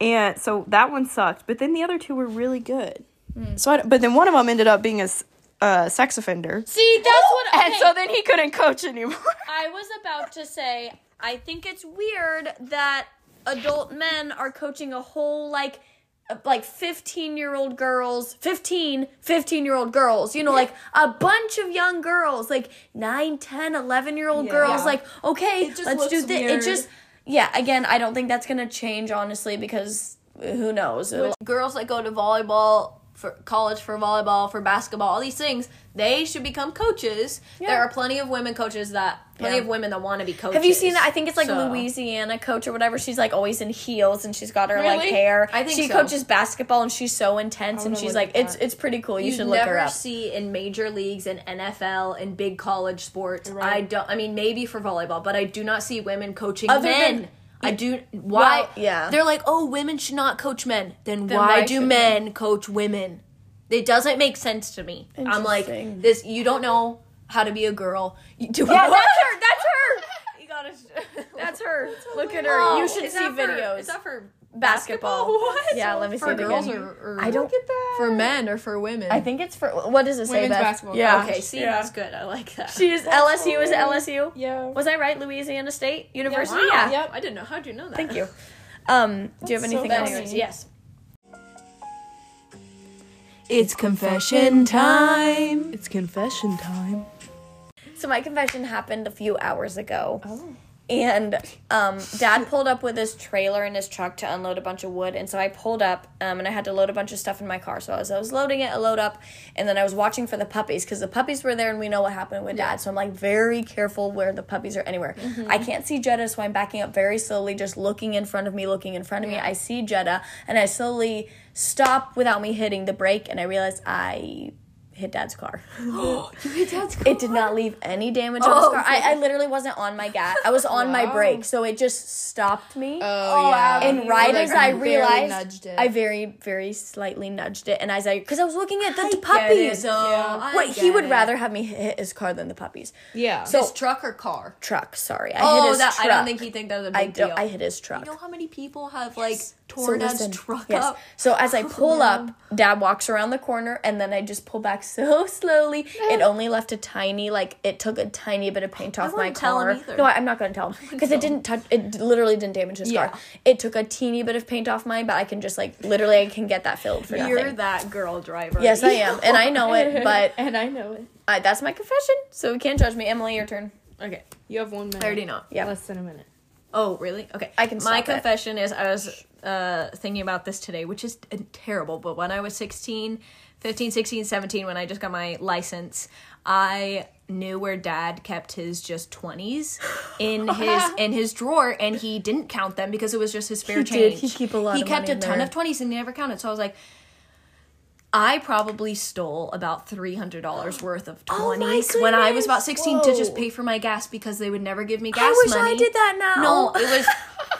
[SPEAKER 3] and so that one sucked, but then the other two were really good. So, I, but then one of them ended up being a s- a sex offender,
[SPEAKER 1] See, that's what.
[SPEAKER 3] and so then he couldn't coach anymore.
[SPEAKER 1] I was about to say, I think it's weird that adult men are coaching a whole like uh, like 15 year old girls 15 15 year old girls you know like a bunch of young girls like 9 10 11 year old girls
[SPEAKER 3] Yeah.
[SPEAKER 1] like okay
[SPEAKER 3] just
[SPEAKER 1] let's do
[SPEAKER 3] looks
[SPEAKER 1] this it
[SPEAKER 3] weird.
[SPEAKER 1] just yeah again i don't think that's gonna change honestly because who knows It'll-
[SPEAKER 2] girls that go to volleyball for college for volleyball for basketball all these things they should become coaches there are plenty of women coaches that plenty
[SPEAKER 1] Yeah.
[SPEAKER 2] of women that want to be coaches
[SPEAKER 1] Have you seen that? I think it's like
[SPEAKER 2] So-
[SPEAKER 1] Louisiana coach or whatever. She's like always in heels and she's got her like
[SPEAKER 2] Really?
[SPEAKER 1] hair.
[SPEAKER 2] I think
[SPEAKER 1] she
[SPEAKER 2] so.
[SPEAKER 1] coaches basketball and she's so intense
[SPEAKER 3] I'm
[SPEAKER 1] and
[SPEAKER 3] gonna
[SPEAKER 1] she's
[SPEAKER 3] look
[SPEAKER 1] like
[SPEAKER 3] at
[SPEAKER 1] it's
[SPEAKER 3] that.
[SPEAKER 1] it's pretty cool. You
[SPEAKER 2] you
[SPEAKER 1] should
[SPEAKER 2] would
[SPEAKER 1] look
[SPEAKER 2] never
[SPEAKER 1] her up.
[SPEAKER 2] see in major leagues in NFL and big college sports.
[SPEAKER 3] Right.
[SPEAKER 2] I don't. I mean, maybe for volleyball, but I do not see women coaching
[SPEAKER 1] Other
[SPEAKER 2] men.
[SPEAKER 1] than-
[SPEAKER 2] I do. Why?
[SPEAKER 1] Well, yeah.
[SPEAKER 2] They're like, oh, women should not coach men. Then,
[SPEAKER 1] Then
[SPEAKER 2] why,
[SPEAKER 1] why
[SPEAKER 2] do
[SPEAKER 1] should
[SPEAKER 2] men coach women? It doesn't make sense to me. I'm like,
[SPEAKER 1] Interesting.
[SPEAKER 2] this. You don't know how to be a girl. You do.
[SPEAKER 1] Yeah, that's her. That's her.
[SPEAKER 2] You gotta. Oh,
[SPEAKER 1] That's her. Look at her. you should
[SPEAKER 2] Is
[SPEAKER 1] see
[SPEAKER 2] that for-
[SPEAKER 1] videos.
[SPEAKER 2] is that for
[SPEAKER 1] basketball.
[SPEAKER 2] What?
[SPEAKER 1] Yeah, let me see
[SPEAKER 2] for
[SPEAKER 1] it
[SPEAKER 2] girls
[SPEAKER 1] again.
[SPEAKER 2] or, or
[SPEAKER 1] I don't.
[SPEAKER 3] Look at that.
[SPEAKER 2] for men or for women?
[SPEAKER 1] I think it's for what does it say?
[SPEAKER 3] Women's
[SPEAKER 1] Beth?
[SPEAKER 3] basketball
[SPEAKER 1] Yeah.
[SPEAKER 2] Okay, see,
[SPEAKER 1] Yeah.
[SPEAKER 2] that's good. I like that.
[SPEAKER 1] She is LSU. Is it LSU?
[SPEAKER 3] Yeah.
[SPEAKER 1] Was I right? Louisiana State University.
[SPEAKER 2] Wow.
[SPEAKER 1] Yeah.
[SPEAKER 2] Yep. I didn't know. How'd you know that?
[SPEAKER 1] Thank you. Um, do you have
[SPEAKER 3] That's so
[SPEAKER 1] anything
[SPEAKER 3] funny.
[SPEAKER 1] else? Yes.
[SPEAKER 2] It's confession time.
[SPEAKER 3] It's confession time.
[SPEAKER 1] So my confession happened a few hours ago.
[SPEAKER 3] Oh.
[SPEAKER 1] And um, dad pulled up with his trailer in his truck to unload a bunch of wood. And so I pulled up um, and I had to load a bunch of stuff in my car. So as I was loading it, I load up. And then I was watching for the puppies because the puppies were there and we know what happened with dad. So I'm like very careful where the puppies are anywhere. I can't see Jeddah, so I'm backing up very slowly, just looking in front of me, looking in front of me. I see Jeddah and I slowly stop without me hitting the brake. And I realize I hit dad's car. It did not leave any damage on his
[SPEAKER 2] Oh,
[SPEAKER 1] car. I, I literally wasn't on my gas. I was on my
[SPEAKER 3] Wow.
[SPEAKER 1] brake, so it just stopped me.
[SPEAKER 3] Oh, yeah.
[SPEAKER 1] and
[SPEAKER 3] You,
[SPEAKER 1] right
[SPEAKER 3] like,
[SPEAKER 1] as I
[SPEAKER 3] barely
[SPEAKER 1] realized,
[SPEAKER 3] nudged it.
[SPEAKER 1] I very, very slightly nudged it, and as I, because I was looking at the puppies.
[SPEAKER 3] Yeah.
[SPEAKER 1] What he would rather have me hit his car than the puppies.
[SPEAKER 3] Yeah.
[SPEAKER 1] So
[SPEAKER 2] His truck or car?
[SPEAKER 1] truck. Sorry, I hit
[SPEAKER 2] oh,
[SPEAKER 1] his
[SPEAKER 2] that
[SPEAKER 1] truck.
[SPEAKER 2] I don't think he think that was a big
[SPEAKER 1] I don't.
[SPEAKER 2] deal.
[SPEAKER 1] I hit his truck.
[SPEAKER 2] you know how many people have like torn dad's
[SPEAKER 1] listen,
[SPEAKER 2] truck
[SPEAKER 1] yes.
[SPEAKER 2] up? Oh,
[SPEAKER 1] So as I pull up, dad walks around the corner and then I just pull back so slowly. it only left a tiny like it took a tiny bit of paint off my
[SPEAKER 2] wouldn't tell
[SPEAKER 1] car.
[SPEAKER 2] him either.
[SPEAKER 1] No, I- I'm not going to tell him because it didn't touch it d- literally didn't damage his
[SPEAKER 3] Yeah.
[SPEAKER 1] car. It took a teeny bit of paint off mine, but I can just like literally I can get that filled for
[SPEAKER 2] You're
[SPEAKER 1] nothing.
[SPEAKER 2] that girl driver.
[SPEAKER 1] Yes, I am, and I know it, but
[SPEAKER 3] and I know it.
[SPEAKER 1] uh, that's my confession. So you can't judge me, Emily. Your turn.
[SPEAKER 2] Okay,
[SPEAKER 3] You have one minute.
[SPEAKER 2] I already know.
[SPEAKER 1] Yeah.
[SPEAKER 3] Less than a minute.
[SPEAKER 2] Oh, really? Okay.
[SPEAKER 1] I can
[SPEAKER 2] My
[SPEAKER 1] stop it.
[SPEAKER 2] confession is I was uh, thinking about this today, which is uh, terrible, but when I was 16, 15, 16, 17, when I just got my license, I knew where dad kept his just 20s in his in his drawer and he didn't count them because it was just his spare
[SPEAKER 1] He did.
[SPEAKER 2] change.
[SPEAKER 1] He'd keep a lot
[SPEAKER 2] He
[SPEAKER 1] of
[SPEAKER 2] kept
[SPEAKER 1] money in
[SPEAKER 2] a ton
[SPEAKER 1] there.
[SPEAKER 2] of 20s and he never counted. So I was like I probably stole about three hundred dollars worth of
[SPEAKER 1] Oh my
[SPEAKER 2] twenties when I was
[SPEAKER 1] goodness.
[SPEAKER 2] about sixteen to just
[SPEAKER 1] Whoa.
[SPEAKER 2] pay for my gas because they would never give me gas
[SPEAKER 1] I wish
[SPEAKER 2] money.
[SPEAKER 1] I did that now.
[SPEAKER 2] No, it was.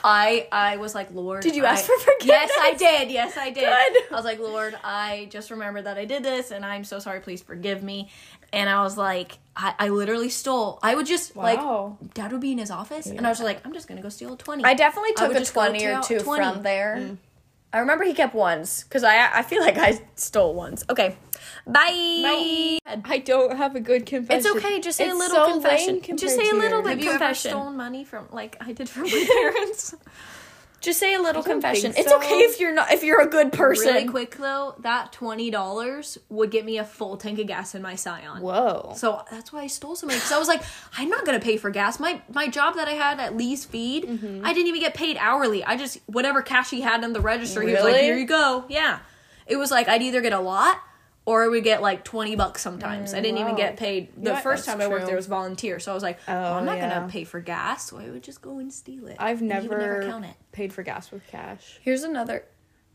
[SPEAKER 2] I I was like, Lord.
[SPEAKER 1] Did you
[SPEAKER 2] I-
[SPEAKER 1] ask for forgiveness?
[SPEAKER 2] Yes, I did. Yes, I did.
[SPEAKER 1] Good.
[SPEAKER 2] I was like, Lord, I just remembered that I did this, and I'm so sorry. Please forgive me. And I was like, I, I literally stole. I would just
[SPEAKER 3] Wow.
[SPEAKER 2] like, Dad would be in his office, and I was just like, I'm just gonna go steal a twenty.
[SPEAKER 1] I definitely
[SPEAKER 2] I
[SPEAKER 1] took
[SPEAKER 2] would
[SPEAKER 1] a
[SPEAKER 2] just go Mm.
[SPEAKER 1] twenty or
[SPEAKER 2] to-
[SPEAKER 1] two
[SPEAKER 2] 20.
[SPEAKER 1] from there. I remember he kept ones because I I feel like I stole ones. Okay, bye.
[SPEAKER 3] I don't have a good confession.
[SPEAKER 1] It's okay. Just say a
[SPEAKER 3] It's
[SPEAKER 1] little
[SPEAKER 3] so
[SPEAKER 1] confession.
[SPEAKER 3] lame
[SPEAKER 1] Just
[SPEAKER 3] compared
[SPEAKER 1] say a
[SPEAKER 3] to
[SPEAKER 1] little
[SPEAKER 3] yours.
[SPEAKER 1] bit
[SPEAKER 2] Have you
[SPEAKER 1] confession.
[SPEAKER 2] ever stolen money from like I did from my parents?
[SPEAKER 1] Just say a little
[SPEAKER 3] don't
[SPEAKER 1] confession.
[SPEAKER 3] think
[SPEAKER 1] It's okay
[SPEAKER 3] so.
[SPEAKER 1] if you're not if you're a good person.
[SPEAKER 2] Really quick though, that twenty dollars would get me a full tank of gas in my Scion.
[SPEAKER 3] Whoa.
[SPEAKER 2] So that's why I stole so many because I was like, I'm not gonna pay for gas. My my job that I had at Lee's Feed,
[SPEAKER 1] Mm-hmm.
[SPEAKER 2] I didn't even get paid hourly. I just whatever cash he had in the register, he was like,
[SPEAKER 3] Really?
[SPEAKER 2] here you go. Yeah, it was like I'd either get a lot or I would get like twenty bucks sometimes. I didn't even
[SPEAKER 3] wow.
[SPEAKER 2] get paid. The
[SPEAKER 3] Yeah,
[SPEAKER 2] first
[SPEAKER 3] that's
[SPEAKER 2] time I worked
[SPEAKER 3] true.
[SPEAKER 2] there was volunteer, so I was like,
[SPEAKER 3] Oh,
[SPEAKER 2] well, I'm not
[SPEAKER 3] yeah.
[SPEAKER 2] gonna pay for gas, so I would just go and steal it.
[SPEAKER 3] I've
[SPEAKER 2] And he would
[SPEAKER 3] never,
[SPEAKER 2] count it.
[SPEAKER 3] paid for gas with cash.
[SPEAKER 1] Here's another.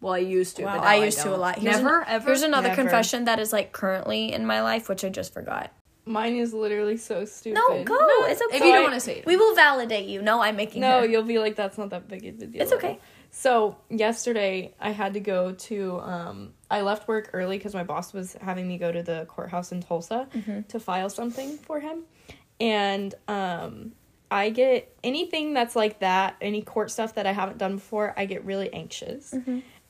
[SPEAKER 2] Well, I used to.
[SPEAKER 1] Wow,
[SPEAKER 2] but now
[SPEAKER 1] I used to a
[SPEAKER 2] don't.
[SPEAKER 1] lot. Here's
[SPEAKER 2] Never
[SPEAKER 1] an-
[SPEAKER 2] ever.
[SPEAKER 1] Here's another
[SPEAKER 3] Never.
[SPEAKER 1] confession that is like currently in my life, which I just forgot.
[SPEAKER 3] Mine is literally so stupid.
[SPEAKER 1] No, go. it's okay.
[SPEAKER 2] you don't wanna say it.
[SPEAKER 1] we will validate you. No, I'm making.
[SPEAKER 3] No,
[SPEAKER 1] her.
[SPEAKER 3] you'll be like, that's not that big of a deal.
[SPEAKER 1] It's okay.
[SPEAKER 3] So yesterday, I had to go to. Um, I left work early because my boss was having me go to the courthouse in Tulsa
[SPEAKER 1] Mm-hmm.
[SPEAKER 3] to file something for him, and um, I get anything that's like that, any court stuff that I haven't done before, I get really anxious,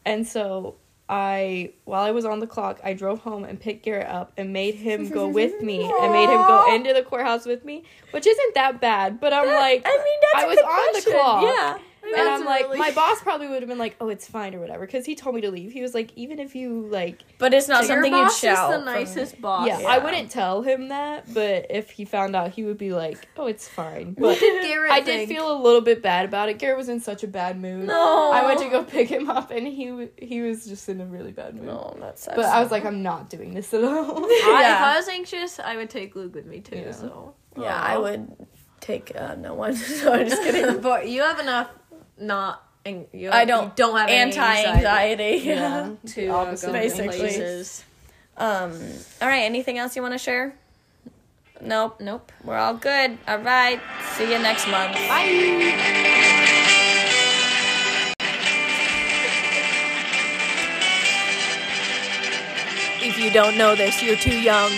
[SPEAKER 3] and so. I while I was on the clock, I drove home and picked Garrett up and made him go with me and made him go into the courthouse with me, which isn't that bad. But I'm like,
[SPEAKER 1] I mean, that's
[SPEAKER 3] I
[SPEAKER 1] a
[SPEAKER 3] was on the
[SPEAKER 1] confession.
[SPEAKER 3] clock.
[SPEAKER 1] Yeah. I
[SPEAKER 3] and
[SPEAKER 1] That's
[SPEAKER 3] I'm like,
[SPEAKER 1] really-
[SPEAKER 3] my boss probably would have been like, "Oh, it's fine" or whatever, because he told me to leave. He was like, "Even if you like,
[SPEAKER 1] But it's not
[SPEAKER 2] Your
[SPEAKER 1] something you'd
[SPEAKER 2] boss
[SPEAKER 1] shout.
[SPEAKER 2] is the
[SPEAKER 1] from-
[SPEAKER 2] nicest boss.
[SPEAKER 3] yeah, I wouldn't tell him that, but if he found out, he would be like, "Oh, it's fine." But
[SPEAKER 4] Garrett
[SPEAKER 3] I did feel a little bit bad about it. Garrett was in such a bad mood.
[SPEAKER 2] No.
[SPEAKER 3] I went to go pick him up, and he w- he was just in a really bad mood.
[SPEAKER 1] No, Oh, that sucks.
[SPEAKER 3] But I was like, I'm not doing this at all.
[SPEAKER 2] I, if
[SPEAKER 1] Yeah.
[SPEAKER 2] I was anxious, I would take Luke with me too.
[SPEAKER 3] Yeah.
[SPEAKER 2] So
[SPEAKER 1] yeah, I would take uh, no one. so I'm just kidding.
[SPEAKER 2] but you have enough not. ang- You
[SPEAKER 1] I don't-
[SPEAKER 2] you don't have any
[SPEAKER 1] Anti-anxiety. Yeah.
[SPEAKER 3] yeah,
[SPEAKER 2] to
[SPEAKER 3] The
[SPEAKER 2] uh,
[SPEAKER 3] opposite
[SPEAKER 2] go
[SPEAKER 3] of
[SPEAKER 1] Basically.
[SPEAKER 2] places.
[SPEAKER 1] Um. All right. Anything else you want to share? Nope.
[SPEAKER 2] Nope.
[SPEAKER 1] We're all good. All right. See you next month.
[SPEAKER 3] Bye.
[SPEAKER 4] If you don't know this, you're too young.